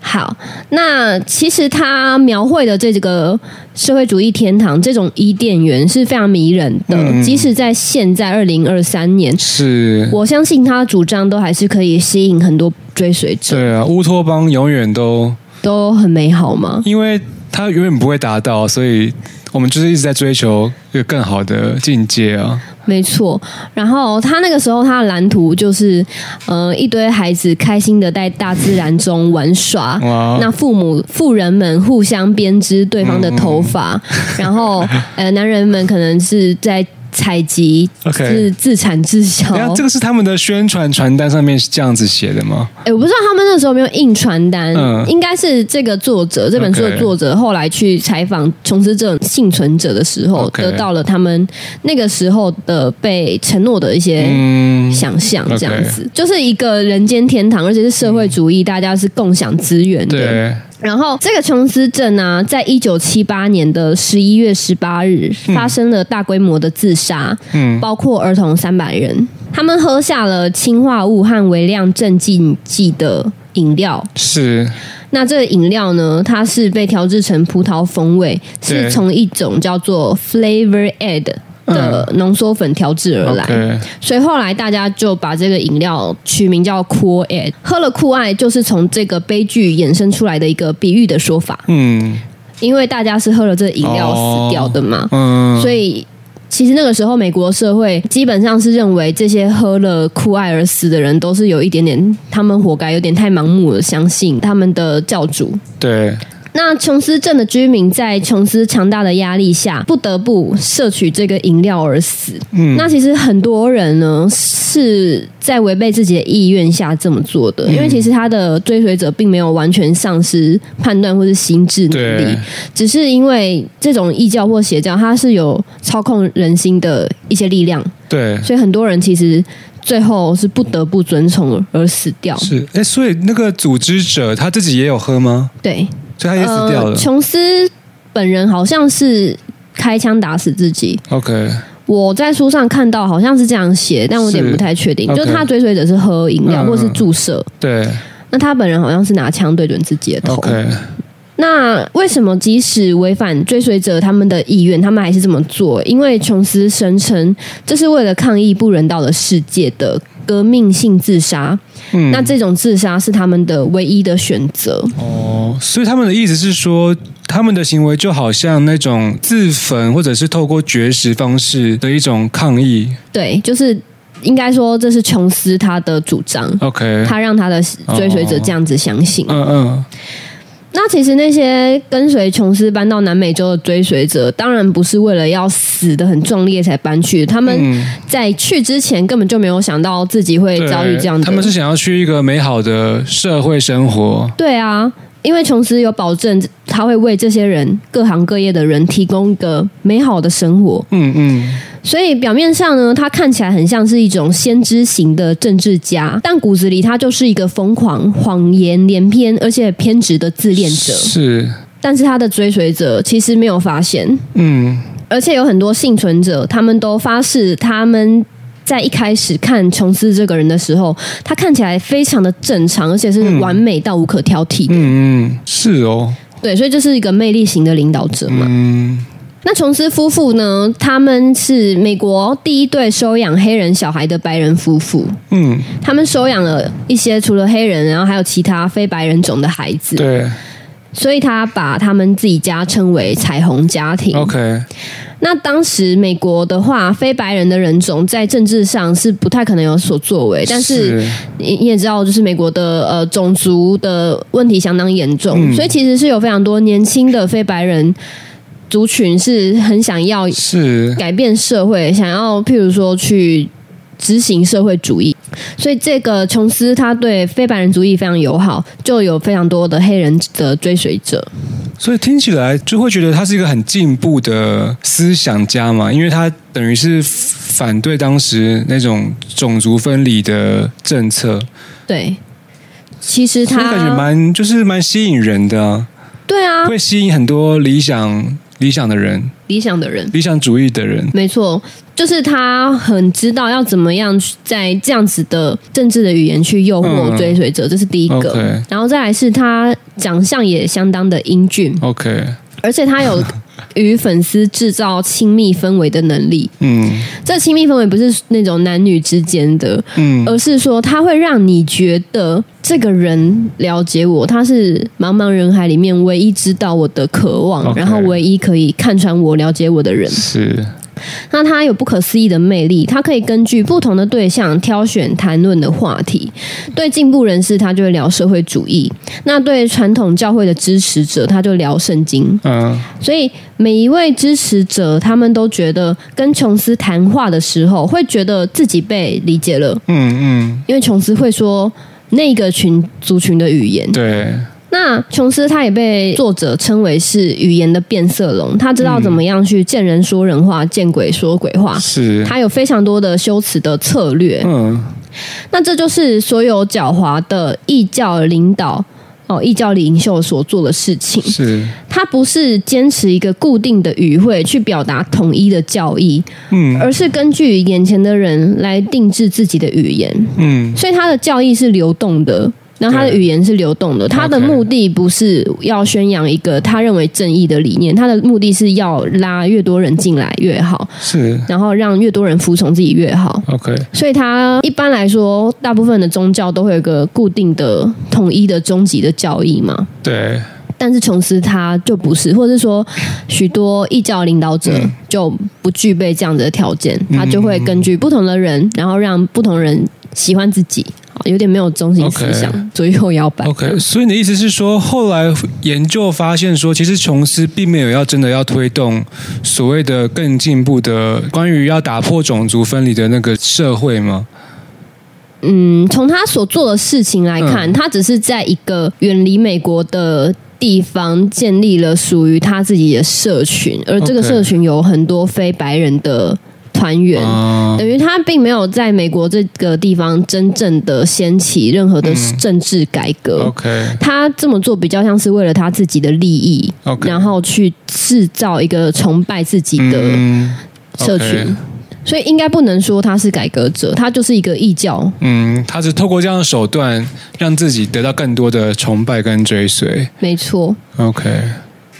Speaker 1: 好，那其实他描绘的这个社会主义天堂这种伊甸园是非常迷人的，
Speaker 2: 嗯
Speaker 1: 即使在现在二零二三年，
Speaker 2: 是，
Speaker 1: 我相信他的主张都还是可以吸引很多追随者，
Speaker 2: 对啊，乌托邦永远都
Speaker 1: 都很美好嘛。
Speaker 2: 因为它永远不会达到，所以我们就是一直在追求一个更好的境界啊。
Speaker 1: 没错，然后他那个时候他的蓝图就是，呃，一堆孩子开心的在大自然中玩耍，
Speaker 2: 哇，
Speaker 1: 那父母富人们互相编织对方的头发，
Speaker 2: 嗯
Speaker 1: (laughs) 然后呃，男人们可能是在采集
Speaker 2: OK
Speaker 1: 是自产自销。
Speaker 2: 然后这
Speaker 1: 哎、
Speaker 2: 个是他们的宣传传单上面是这样子写的吗？
Speaker 1: 我不知道他们那时候有没有印传单，
Speaker 2: 嗯
Speaker 1: 应该是这个作者这本书的
Speaker 2: OK
Speaker 1: 作者后来去采访琼斯这种幸存者的时候
Speaker 2: OK
Speaker 1: 得到了他们那个时候的被承诺的一些。
Speaker 2: 嗯，
Speaker 1: 想象
Speaker 2: OK
Speaker 1: 这样子就是一个人间天堂，而且是社会主义，大家是共享资源的。
Speaker 2: 对，
Speaker 1: 然后这个琼斯镇啊，在一九七八年的十一月十八日发生了大规模的自杀，
Speaker 2: 嗯，
Speaker 1: 包括儿童三百人，他们喝下了氰化物和微量镇静剂的。饮料，
Speaker 2: 是
Speaker 1: 那这个饮料呢？它是被调制成葡萄风味，
Speaker 2: 对嗯
Speaker 1: 是从一种叫做 flavor aid 的浓缩粉调制而来。
Speaker 2: OK，
Speaker 1: 所以后来大家就把这个饮料取名叫 Cool Aid，喝了酷爱就是从这个悲剧衍生出来的一个比喻的说法，
Speaker 2: 嗯
Speaker 1: 因为大家是喝了这饮料死掉的嘛，
Speaker 2: 嗯，
Speaker 1: 所以。其实那个时候，美国社会基本上是认为这些喝了酷爱而死的人都是有一点点，他们活该，有点太盲目了，相信他们的教主。
Speaker 2: 对，
Speaker 1: 那琼斯镇的居民在琼斯强大的压力下，不得不摄取这个饮料而死。
Speaker 2: 嗯，
Speaker 1: 那其实很多人呢是在违背自己的意愿下这么做的，因为其实他的追随者并没有完全丧失判断或是心智能力
Speaker 2: 对，，
Speaker 1: 只是因为这种异教或邪教，它是有操控人心的一些力量，
Speaker 2: 对，
Speaker 1: 所以很多人其实最后是不得不遵从而死掉。
Speaker 2: 是，哎，所以那个组织者他自己也有喝吗？
Speaker 1: 对，
Speaker 2: 所以他也死掉
Speaker 1: 呃
Speaker 2: 了。
Speaker 1: 琼斯本人好像是开枪打死自己，
Speaker 2: OK，
Speaker 1: 我在书上看到好像是这样写，但我有点
Speaker 2: 是
Speaker 1: 不太确定。
Speaker 2: OK
Speaker 1: 就是他追随者是喝饮料
Speaker 2: 嗯
Speaker 1: 或是注射，
Speaker 2: 对
Speaker 1: 那他本人好像是拿枪对准自己的头。
Speaker 2: ，OK，
Speaker 1: 那为什么即使违反追随者他们的意愿，他们还是这么做？因为琼斯声称这是为了抗议不人道的世界的革命性自杀，
Speaker 2: 嗯，
Speaker 1: 那这种自杀是他们的唯一的选择。
Speaker 2: 哦，所以他们的意思是说，他们的行为就好像那种自焚或者是透过绝食方式的一种抗议。
Speaker 1: 对，就是应该说这是琼斯他的主张，
Speaker 2: OK，
Speaker 1: 他让他的追随者这样子相信。
Speaker 2: 嗯嗯，
Speaker 1: 那其实那些跟随琼斯搬到南美洲的追随者，当然不是为了要死的很壮烈才搬去，他们
Speaker 2: 嗯，
Speaker 1: 在去之前根本就没有想到自己会遭遇这样的。
Speaker 2: 他们是想要去一个美好的社会生活。
Speaker 1: 对啊，因为琼斯有保证，他会为这些人各行各业的人提供一个美好的生活，
Speaker 2: 嗯嗯，
Speaker 1: 所以表面上呢，他看起来很像是一种先知型的政治家，但骨子里他就是一个疯狂、谎言连篇，而且偏执的自恋者。
Speaker 2: 是，
Speaker 1: 但是他的追随者其实没有发现，
Speaker 2: 嗯
Speaker 1: 而且有很多幸存者，他们都发誓他们。在一开始看琼斯这个人的时候，他看起来非常的正常，而且是完美到无可挑剔的。
Speaker 2: 嗯嗯，是哦，
Speaker 1: 对，所以就是一个魅力型的领导者嘛。
Speaker 2: 嗯
Speaker 1: 那琼斯夫妇呢？他们是美国第一对收养黑人小孩的白人夫妇，
Speaker 2: 嗯，
Speaker 1: 他们收养了一些除了黑人，然后还有其他非白人种的孩子，
Speaker 2: 对
Speaker 1: 所以他把他们自己家称为彩虹家庭。
Speaker 2: ，OK，
Speaker 1: 那当时美国的话，非白人的人种在政治上是不太可能有所作为，但是你你也知道，就是美国的呃种族的问题相当严重，
Speaker 2: 嗯
Speaker 1: 所以其实是有非常多年轻的非白人族群是很想要
Speaker 2: 是
Speaker 1: 改变社会，想要譬如说去执行社会主义。所以这个琼斯他对非白人主义非常友好，就有非常多的黑人的追随者。
Speaker 2: 所以听起来就会觉得他是一个很进步的思想家嘛，因为他等于是反对当时那种种族分离的政策，
Speaker 1: 对，其实
Speaker 2: 所以
Speaker 1: 他
Speaker 2: 感觉蛮就是蛮吸引人的啊，
Speaker 1: 对啊，
Speaker 2: 会吸引很多理想理想的人、
Speaker 1: 理想的人。
Speaker 2: 理想主义的人，
Speaker 1: 没错，就是他很知道要怎么样去在这样子的政治的语言去诱惑
Speaker 2: 嗯
Speaker 1: 追随者，这是第一个。
Speaker 2: OK
Speaker 1: 然后再来是他长相也相当的英俊，
Speaker 2: OK，
Speaker 1: 而且他有与粉丝制造亲密氛围的能力。
Speaker 2: 嗯
Speaker 1: 这亲密氛围不是那种男女之间的，
Speaker 2: 嗯
Speaker 1: 而是说他会让你觉得这个人了解我，他是茫茫人海里面唯一知道我的渴望
Speaker 2: OK
Speaker 1: 然后唯一可以看穿我、了解我的人。
Speaker 2: 是
Speaker 1: 那他有不可思议的魅力，他可以根据不同的对象挑选谈论的话题。对进步人士，他就会聊社会主义；那对传统教会的支持者，他就聊圣经。
Speaker 2: 嗯
Speaker 1: 所以每一位支持者，他们都觉得跟琼斯谈话的时候，会觉得自己被理解了，
Speaker 2: 嗯嗯，
Speaker 1: 因为琼斯会说那个群族群的语言。
Speaker 2: 对，
Speaker 1: 那琼斯他也被作者称为是语言的变色龙，他知道怎么样去见人说人话，见鬼说鬼话。
Speaker 2: 是
Speaker 1: 他有非常多的修辞的策略，
Speaker 2: 嗯
Speaker 1: 那这就是所有狡猾的异教领导哦，异教领袖所做的事情。
Speaker 2: 是
Speaker 1: 他不是坚持一个固定的语汇去表达统一的教义，
Speaker 2: 嗯
Speaker 1: 而是根据眼前的人来定制自己的语言。
Speaker 2: 嗯
Speaker 1: 所以他的教义是流动的，然后他的
Speaker 2: 对
Speaker 1: 语言是流动的。他的
Speaker 2: OK
Speaker 1: 目的不是要宣扬一个他认为正义的理念，他的目的是要拉越多人进来越好，
Speaker 2: 是
Speaker 1: 然后让越多人服从自己越好。
Speaker 2: OK，
Speaker 1: 所以它一般来说，大部分的宗教都会有一个固定的、统一的终极的教义嘛。
Speaker 2: 对
Speaker 1: 但是琼斯他就不是，或者是说许多异教领导者就不具备这样子的条件，他就会根据不同的人，然后让不同人喜欢自己，好有点没有中心思想
Speaker 2: OK
Speaker 1: 左右摇摆。
Speaker 2: OK，所以你的意思是说，后来研究发现说，其实琼斯并没有要真的要推动所谓的更进步的关于要打破种族分离的那个社会吗？
Speaker 1: 嗯，从他所做的事情来看，
Speaker 2: 嗯
Speaker 1: 他只是在一个远离美国的。地方建立了属于他自己的社群，而这个
Speaker 2: OK
Speaker 1: 社群有很多非白人的团员，
Speaker 2: 啊、
Speaker 1: 等于他并没有在美国这个地方真正的掀起任何的
Speaker 2: 嗯
Speaker 1: 政治改革。
Speaker 2: o k
Speaker 1: 他这么做比较像是为了他自己的利益
Speaker 2: OK
Speaker 1: 然后去制造一个崇拜自己的
Speaker 2: 嗯
Speaker 1: 社群。
Speaker 2: OK
Speaker 1: 所以应该不能说他是改革者，他就是一个异教。
Speaker 2: 嗯，他是透过这样的手段，让自己得到更多的崇拜跟追随。
Speaker 1: 没错。
Speaker 2: OK，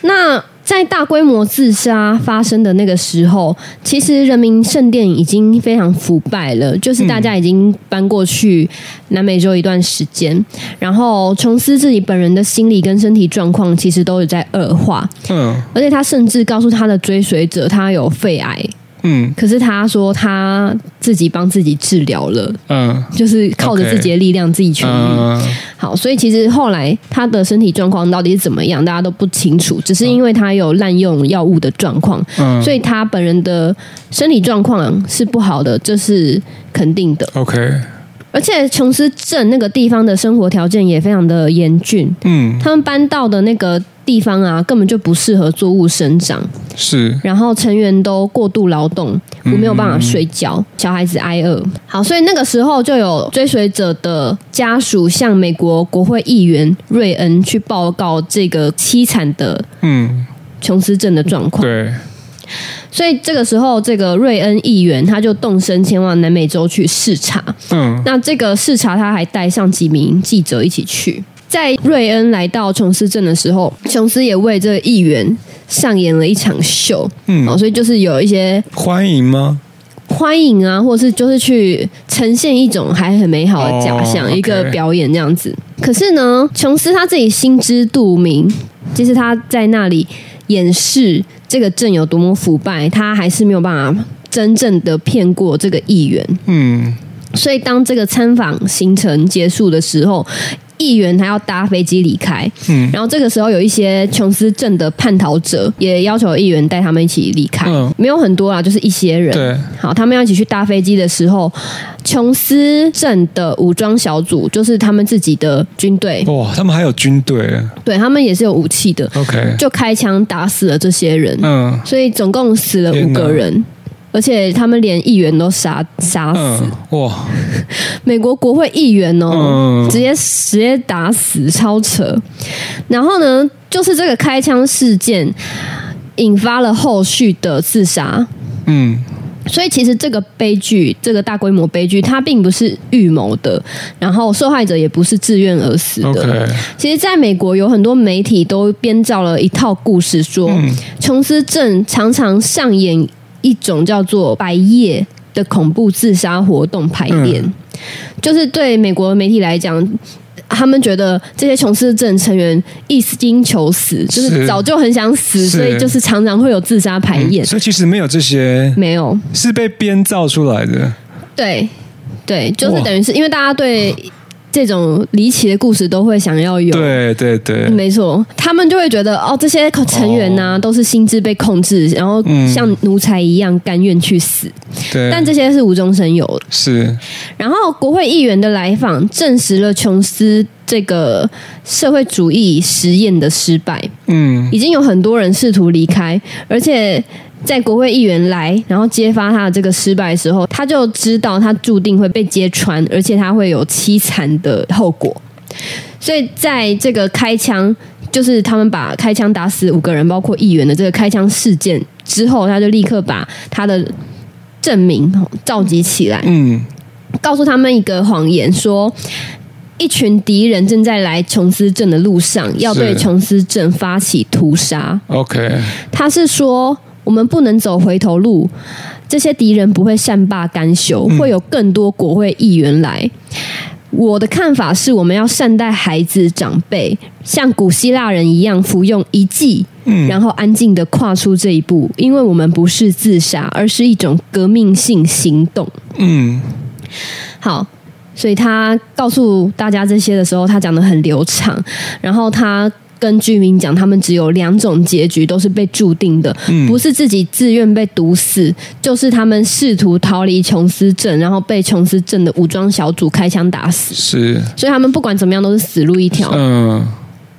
Speaker 1: 那在大规模自杀发生的那个时候，其实人民圣殿已经非常腐败了，就是大家已经搬过去南美洲一段时间，然后琼斯自己本人的心理跟身体状况其实都有在恶化，
Speaker 2: 嗯
Speaker 1: 而且他甚至告诉他的追随者他有肺癌，
Speaker 2: 嗯
Speaker 1: 可是他说他自己帮自己治疗了，
Speaker 2: 嗯
Speaker 1: 就是靠着
Speaker 2: OK
Speaker 1: 自己的力量自己痊愈。
Speaker 2: 嗯
Speaker 1: 好，所以其实后来他的身体状况到底是怎么样，大家都不清楚，只是因为他有滥用药物的状况，
Speaker 2: 嗯，
Speaker 1: 所以他本人的身体状况是不好的，这是肯定的。
Speaker 2: OK，
Speaker 1: 而且琼斯镇那个地方的生活条件也非常的严峻，
Speaker 2: 嗯
Speaker 1: 他们搬到的那个地方啊，根本就不适合作物生长，
Speaker 2: 是
Speaker 1: 然后成员都过度劳动，我没有办法睡
Speaker 2: 嗯
Speaker 1: 觉，小孩子挨饿。好，所以那个时候就有追随者的家属向美国国会议员瑞恩去报告这个凄惨的
Speaker 2: 嗯
Speaker 1: 琼斯镇的状况。
Speaker 2: 对
Speaker 1: 所以这个时候，这个瑞恩议员他就动身前往南美洲去视察。
Speaker 2: 嗯
Speaker 1: 那这个视察他还带上几名记者一起去。在瑞恩来到琼斯镇的时候，琼斯也为这个议员上演了一场秀。哦，
Speaker 2: 嗯，
Speaker 1: 所以就是有一些
Speaker 2: 欢迎吗？
Speaker 1: 欢迎啊，或是就是去呈现一种还很美好的假象，
Speaker 2: 哦，OK
Speaker 1: 一个表演这样子。可是呢，琼斯他自己心知肚明，即使他在那里掩饰这个镇有多么腐败，他还是没有办法真正的骗过这个议员。
Speaker 2: 嗯
Speaker 1: 所以当这个参访行程结束的时候。议员他要搭飞机离开，
Speaker 2: 嗯
Speaker 1: 然后这个时候有一些琼斯镇的叛逃者也要求议员带他们一起离开，
Speaker 2: 嗯
Speaker 1: 没有很多啊啦，就是一些人。
Speaker 2: 对
Speaker 1: 好，他们要一起去搭飞机的时候，琼斯镇的武装小组，就是他们自己的军队，
Speaker 2: 哇，他们还有军队啊
Speaker 1: 对他们也是有武器的，
Speaker 2: OK，
Speaker 1: 就开枪打死了这些人，
Speaker 2: 嗯
Speaker 1: 所以总共死了五
Speaker 2: 天哪
Speaker 1: 个人。而且他们连议员都杀杀死，
Speaker 2: 嗯哇
Speaker 1: 美国国会议员哦，
Speaker 2: 嗯
Speaker 1: 直接直接打死，超扯。然后呢，就是这个开枪事件，引发了后续的自杀。
Speaker 2: 嗯，
Speaker 1: 所以其实这个悲剧，这个大规模悲剧，它并不是预谋的，然后受害者也不是自愿而死的。
Speaker 2: OK
Speaker 1: 其实，在美国有很多媒体都编造了一套故事说，
Speaker 2: 嗯
Speaker 1: 琼斯镇常常上演一种叫做“白夜”的恐怖自杀活动排练，
Speaker 2: 嗯
Speaker 1: 就是对美国媒体来讲。他们觉得这些琼斯镇成员一心求死，就是
Speaker 2: 是
Speaker 1: 早就很想死，
Speaker 2: 是
Speaker 1: 所以就是常常会有自杀排
Speaker 2: 嗯
Speaker 1: 演。
Speaker 2: 所以其实没有这些，
Speaker 1: 没有，
Speaker 2: 是被编造出来的。
Speaker 1: 对对，就是
Speaker 2: 哇
Speaker 1: 等于是因为大家对这种离奇的故事都会想要有。
Speaker 2: 对对对，
Speaker 1: 没错，他们就会觉得哦，这些成员呐、都是心智被控制，然后
Speaker 2: 哦嗯
Speaker 1: 像奴才一样甘愿去死。
Speaker 2: 对，
Speaker 1: 但这些是无中生有的。
Speaker 2: 是
Speaker 1: 然后，国会议员的来访证实了琼斯这个社会主义实验的失败。
Speaker 2: 嗯
Speaker 1: 已经有很多人试图离开，而且在国会议员来，然后揭发他的这个失败的时候，他就知道他注定会被揭穿，而且他会有凄惨的后果。所以在这个开枪，就是他们把开枪打死五个人，包括议员的这个开枪事件之后，他就立刻把他的证明哦召集起来，
Speaker 2: 嗯
Speaker 1: 告诉他们一个谎言，说一群敌人正在来琼斯镇的路上，要对琼斯镇发起屠杀。
Speaker 2: ，OK，
Speaker 1: 他是说，我们不能走回头路，这些敌人不会善罢甘休，会有更多国会议员来。我的看法是，我们要善待孩子、长辈，像古希腊人一样服用一剂，
Speaker 2: 嗯
Speaker 1: 然后安静的跨出这一步，因为我们不是自杀，而是一种革命性行动。
Speaker 2: 嗯
Speaker 1: 好，所以他告诉大家这些的时候，他讲的很流畅，然后他。跟居民讲，他们只有两种结局都是被注定的，不是自己自愿被毒死，就是他们试图逃离琼斯镇，然后被琼斯镇的武装小组开枪打死。
Speaker 2: 是，
Speaker 1: 所以他们不管怎么样都是死路一条，
Speaker 2: 嗯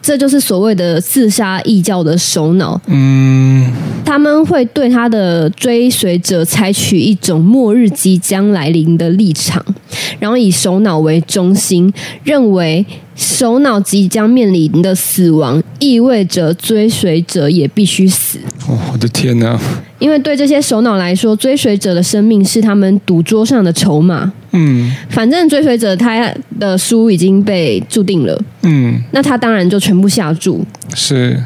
Speaker 1: 这就是所谓的自杀异教的首脑。
Speaker 2: 嗯
Speaker 1: 他们会对他的追随者采取一种末日即将来临的立场，然后以首脑为中心，认为首脑即将面临的死亡意味着追随者也必须死。
Speaker 2: 哦，我的天哪、
Speaker 1: 因为对这些首脑来说，追随者的生命是他们赌桌上的筹码。
Speaker 2: 嗯
Speaker 1: 反正追随者他的输已经被注定了，
Speaker 2: 嗯，
Speaker 1: 那他当然就全部下注。
Speaker 2: 是，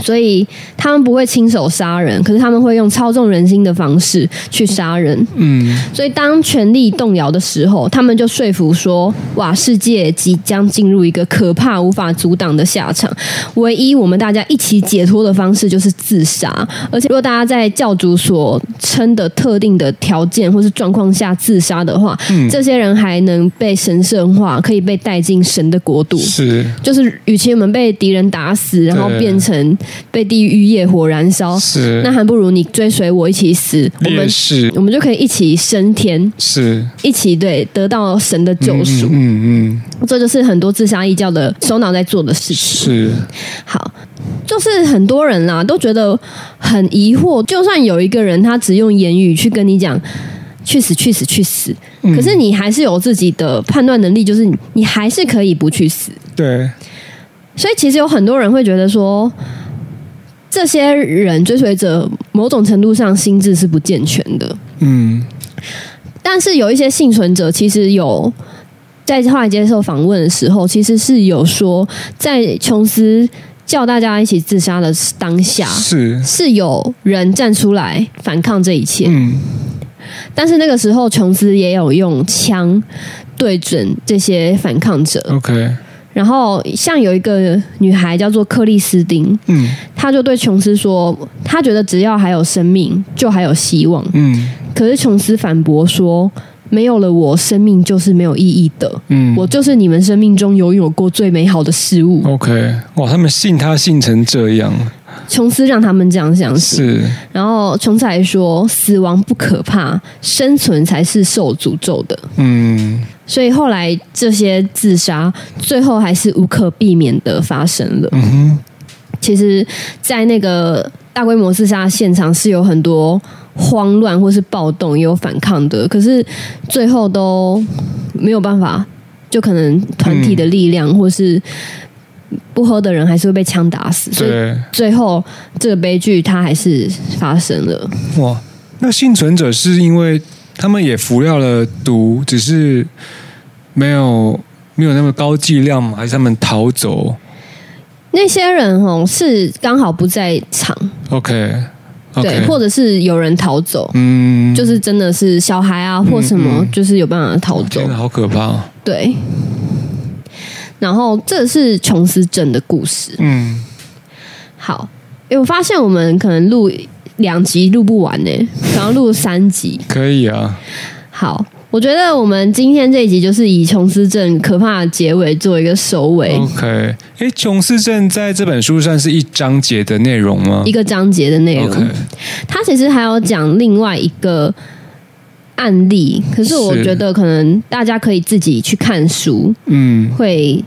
Speaker 1: 所以他们不会亲手杀人，可是他们会用操纵人心的方式去杀人。
Speaker 2: 嗯
Speaker 1: 所以当权力动摇的时候，他们就说服说：“哇，世界即将进入一个可怕、无法阻挡的下场。唯一我们大家一起解脱的方式就是自杀。而且，如果大家在教主所称的特定的条件或是状况下自杀的话，这些人还能被神圣化，可以被带进神的国度。”
Speaker 2: 是
Speaker 1: 就是，与其我们被敌人打死，然后
Speaker 2: 对
Speaker 1: 变成被地狱业火燃烧，那
Speaker 2: 是，
Speaker 1: 还不如你追随我一起死，我们
Speaker 2: 烈士
Speaker 1: 我们就可以一起升天，
Speaker 2: 是
Speaker 1: 一起对得到神的救赎。
Speaker 2: 嗯嗯嗯
Speaker 1: 这就是很多自杀异教的首脑在做的事情。
Speaker 2: 是，
Speaker 1: 好，就是很多人啦、都觉得很疑惑，就算有一个人他只用言语去跟你讲。去死！去死！去死！
Speaker 2: 嗯
Speaker 1: 可是你还是有自己的判断能力，就是你你还是可以不去死。
Speaker 2: 对，
Speaker 1: 所以其实有很多人会觉得说，这些人追随者某种程度上心智是不健全的。
Speaker 2: 嗯
Speaker 1: 但是有一些幸存者其实有在后来接受访问的时候，其实是有说，在琼斯叫大家一起自杀的当下，
Speaker 2: 是，
Speaker 1: 是有人站出来反抗这一切。
Speaker 2: 嗯
Speaker 1: 但是那个时候，琼斯也有用枪对准这些反抗者。
Speaker 2: OK，
Speaker 1: 然后，像有一个女孩叫做克里斯汀，
Speaker 2: 嗯
Speaker 1: 她就对琼斯说，她觉得只要还有生命，就还有希望。
Speaker 2: 嗯
Speaker 1: 可是琼斯反驳说：“没有了我，生命就是没有意义的。
Speaker 2: 嗯，哦
Speaker 1: 我就是你们生命中拥有过最美好的事物。
Speaker 2: OK，哇，他们信他信成这样，”
Speaker 1: 琼斯让他们这样相信。
Speaker 2: 是
Speaker 1: 然后琼斯还说：“死亡不可怕，生存才是受诅咒的。
Speaker 2: 嗯”
Speaker 1: 所以后来这些自杀，最后还是无可避免的发生了。
Speaker 2: 嗯哼
Speaker 1: 其实，在那个大规模自杀现场是有很多慌乱或是暴动，也有反抗的，可是最后都没有办法，就可能团体的力量或是不喝的人还是会被枪打死，所以
Speaker 2: 对，
Speaker 1: 最后这个悲剧它还是发生了。
Speaker 2: 哇，那幸存者是因为他们也服药了毒，只是没有没有那么高剂量嘛，还是他们逃走
Speaker 1: 那些人哦是刚好不在场，
Speaker 2: ？OK，, o k
Speaker 1: 对，或者是有人逃走，
Speaker 2: 嗯，
Speaker 1: 就是真的是小孩啊或什么，
Speaker 2: 嗯嗯
Speaker 1: 就是有办法逃走
Speaker 2: 天。哪，好可怕、哦！
Speaker 1: 对，然后这是琼斯镇的故事。
Speaker 2: 嗯，
Speaker 1: 好，因为我发现我们可能录两集录不完呢、然后录三集。
Speaker 2: 可以啊，
Speaker 1: 好，我觉得我们今天这一集就是以琼斯镇可怕的结尾做一个收尾。
Speaker 2: OK，哎，琼斯镇在这本书算是一章节的内容吗
Speaker 1: 一个章节的内容。
Speaker 2: ？OK，
Speaker 1: 他其实还有讲另外一个案例，可是我
Speaker 2: 是
Speaker 1: 觉得可能大家可以自己去看书，
Speaker 2: 嗯
Speaker 1: 会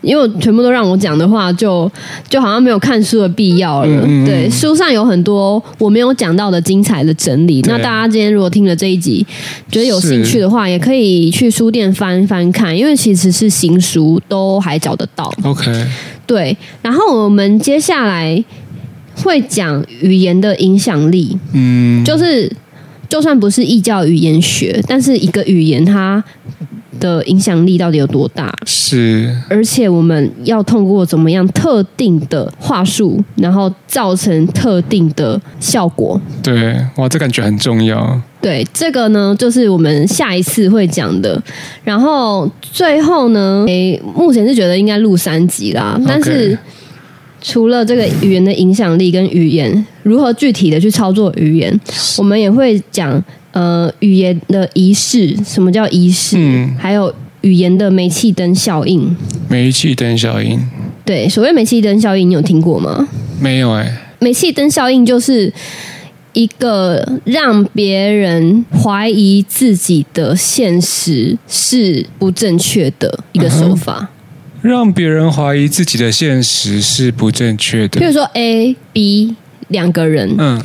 Speaker 1: 因为全部都让我讲的话就，就好像没有看书的必要了。
Speaker 2: 嗯嗯嗯
Speaker 1: 对，书上有很多我没有讲到的精彩的整理。
Speaker 2: 对
Speaker 1: 那大家今天如果听了这一集，觉得有兴趣的话，也可以去书店翻一翻看，因为其实是新书，都还找得到。
Speaker 2: ，OK，
Speaker 1: 对，然后我们接下来会讲语言的影响力，
Speaker 2: 嗯，
Speaker 1: 就是就算不是异教语言学，但是一个语言它的影响力到底有多大？
Speaker 2: 是
Speaker 1: 而且我们要通过怎么样特定的话术，然后造成特定的效果。
Speaker 2: 对，哇，这感觉很重要。
Speaker 1: 对，这个呢，就是我们下一次会讲的。然后最后呢，诶，目前是觉得应该录三集啦，但是
Speaker 2: OK
Speaker 1: 除了这个语言的影响力跟语言如何具体的去操作语言，我们也会讲呃语言的仪式，什么叫仪式，
Speaker 2: 嗯
Speaker 1: 还有语言的煤气灯效应。
Speaker 2: 煤气灯效应
Speaker 1: 对，所谓煤气灯效应，你有听过吗？
Speaker 2: 没有哎、
Speaker 1: 煤气灯效应就是一个让别人怀疑自己的现实是不正确的一个手法。
Speaker 2: 让别人怀疑自己的现实是不正确
Speaker 1: 譬
Speaker 2: 的。
Speaker 1: 如说 A、B 两个人
Speaker 2: 嗯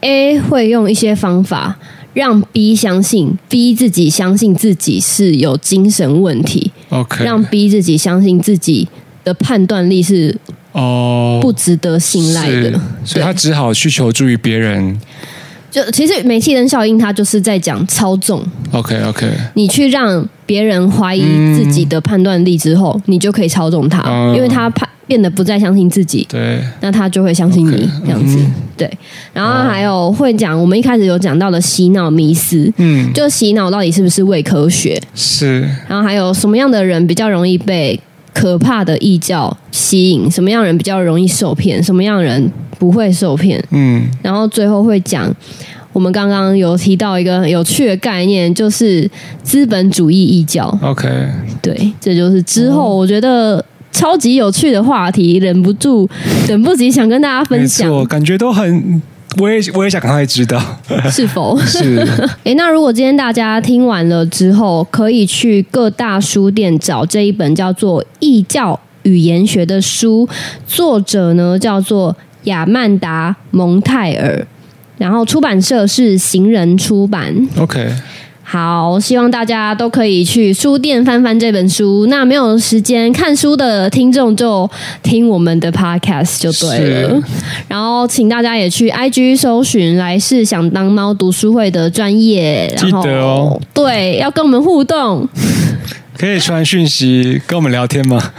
Speaker 1: ，A 会用一些方法。让 B 相信，B 自己相信自己是有精神问题，
Speaker 2: ，OK，
Speaker 1: 让 B 自己相信自己的判断力是
Speaker 2: 哦
Speaker 1: 不值得信赖的。
Speaker 2: 是所以他只好去求助于别人。
Speaker 1: 就其实煤气灯效应，它就是在讲操纵。
Speaker 2: OK OK，
Speaker 1: 你去让别人怀疑自己的判断力之后，你就可以操纵他，
Speaker 2: 嗯
Speaker 1: 因为他判变得不再相信自己，
Speaker 2: 对，
Speaker 1: 那他就会相信你
Speaker 2: OK，
Speaker 1: 这样子。
Speaker 2: 嗯
Speaker 1: 对，然后还有会讲我们一开始有讲到的洗脑迷思，
Speaker 2: 嗯，
Speaker 1: 就洗脑到底是不是伪科学？
Speaker 2: 是
Speaker 1: 然后还有什么样的人比较容易被可怕的异教吸引？什么样的人比较容易受骗？什么样的人不会受骗？
Speaker 2: 嗯
Speaker 1: 然后最后会讲我们刚刚有提到一个很有趣的概念，就是资本主义异教。
Speaker 2: OK，
Speaker 1: 对，这就是之后我觉得超级有趣的话题，忍不住等不及想跟大家
Speaker 2: 没
Speaker 1: 分享，
Speaker 2: 错，感觉都很，我也我也想赶快
Speaker 1: (laughs)
Speaker 2: 知道。
Speaker 1: 是否？
Speaker 2: 是，
Speaker 1: 诶，那如果今天大家听完了之后，可以去各大书店找这一本叫做《异教语言学》的书，作者呢叫做亚曼达·蒙泰尔，然后出版社是行人出版。
Speaker 2: OK，
Speaker 1: 好，希望大家都可以去书店翻翻这本书。那没有时间看书的听众就听我们的 podcast 就对了
Speaker 2: 是。
Speaker 1: 然后，请大家也去 IG 搜寻“来世想当猫读书会”的专业，然后
Speaker 2: 记得哦
Speaker 1: 对，要跟我们互动，
Speaker 2: 可以传讯息跟我们聊天吗？ (laughs)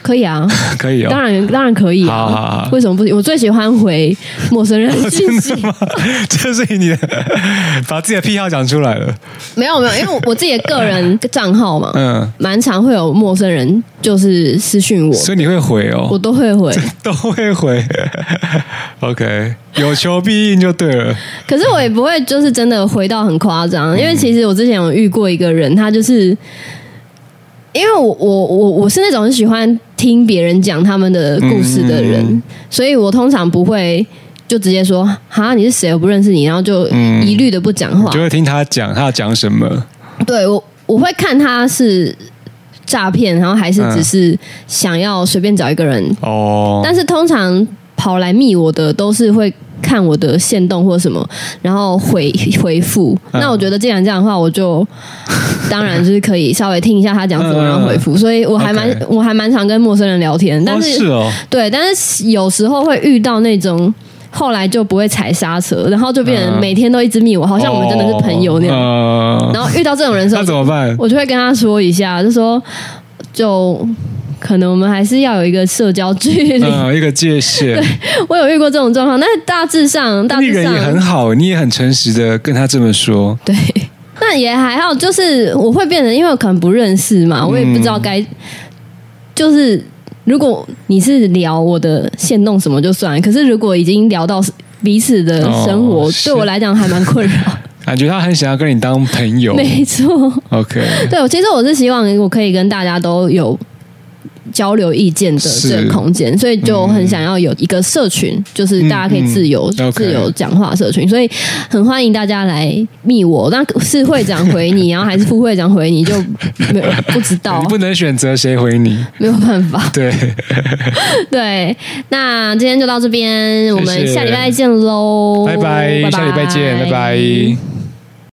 Speaker 1: 可以啊，
Speaker 2: 可以
Speaker 1: 当
Speaker 2: 哦。
Speaker 1: 然当然可以
Speaker 2: 好
Speaker 1: 啊。
Speaker 2: 好好，
Speaker 1: 为什么不行？我最喜欢回陌生人的信
Speaker 2: (laughs)
Speaker 1: 息。
Speaker 2: (laughs) 这是你的 (laughs) 把自己的癖好讲出来了。
Speaker 1: 没有没有，因为我我自己的个人账号嘛，
Speaker 2: 嗯，
Speaker 1: 蛮常会有陌生人就是私讯我，
Speaker 2: 所以你会回哦。
Speaker 1: 我都会回。
Speaker 2: (laughs) 都会回。OK，有求必应就对了。
Speaker 1: 可是我也不会就是真的回到很夸张，
Speaker 2: 嗯
Speaker 1: 因为其实我之前有遇过一个人，他就是。因为我我我我是那种喜欢听别人讲他们的故事的人，
Speaker 2: 嗯嗯嗯
Speaker 1: 所以我通常不会就直接说“哈，你是谁？我不认识你”，然后就
Speaker 2: 嗯
Speaker 1: 一律的不讲话。
Speaker 2: 就会听他讲他要讲什么。
Speaker 1: 对我我会看他是诈骗，然后还是
Speaker 2: 嗯
Speaker 1: 只是想要随便找一个人
Speaker 2: 哦，
Speaker 1: 但是通常跑来密我的都是会看我的线动或什么，然后回 (laughs) 回复。
Speaker 2: 嗯
Speaker 1: 那我觉得既然这样的话，我
Speaker 2: (laughs)
Speaker 1: 就当然就是可以稍微听一下他讲什么，
Speaker 2: 嗯
Speaker 1: 然后回复。所以我还蛮
Speaker 2: OK
Speaker 1: 我还蛮常跟陌生人聊天，但
Speaker 2: 哦
Speaker 1: 是,、
Speaker 2: 是哦，
Speaker 1: 对，但是有时候会遇到那种。后来就不会踩刹车，然后就变成
Speaker 2: 嗯
Speaker 1: 每天都一直密我，好像我们真的是朋友那样。
Speaker 2: 样
Speaker 1: 然后遇到这种人的时候
Speaker 2: 哦那，怎么办？
Speaker 1: 我就会跟他说一下，就说就可能我们还是要有一个社交距离。
Speaker 2: 嗯，一个界限。
Speaker 1: 我有遇过这种状况，但是大致上，大
Speaker 2: 那
Speaker 1: 致
Speaker 2: 人也很
Speaker 1: 上，
Speaker 2: 好，你也很诚实的跟他这么说。
Speaker 1: 对。 (laughs) 那也还好，就是我会变成，因为我可能不认识嘛，
Speaker 2: 嗯
Speaker 1: 我也不知道该，就是如果你是聊我的线动什么就算了，可是如果已经聊到彼此的生活，
Speaker 2: 哦是
Speaker 1: 对我来讲还蛮困
Speaker 2: (laughs)
Speaker 1: 扰。
Speaker 2: 感觉他很想要跟你当朋友。
Speaker 1: 没错，
Speaker 2: OK， (laughs)
Speaker 1: 对，我其实我是希望我可以跟大家都有交流意见的
Speaker 2: 是
Speaker 1: 这个空间，所以就很想要有一个社群，就是大家可以自由、
Speaker 2: 嗯嗯，OK
Speaker 1: 自由讲话的社群，所以很欢迎大家来密我。那是会长回你，然后还是副会长回你，就没有不知道
Speaker 2: 你， (laughs) 不能选择谁回你。
Speaker 1: 没有办法。 (laughs)
Speaker 2: 对，
Speaker 1: 对，那今天就到这边，我
Speaker 2: 谢
Speaker 1: 们
Speaker 2: 谢
Speaker 1: 哦下礼拜见喽，
Speaker 2: 拜拜，下礼拜见，拜拜。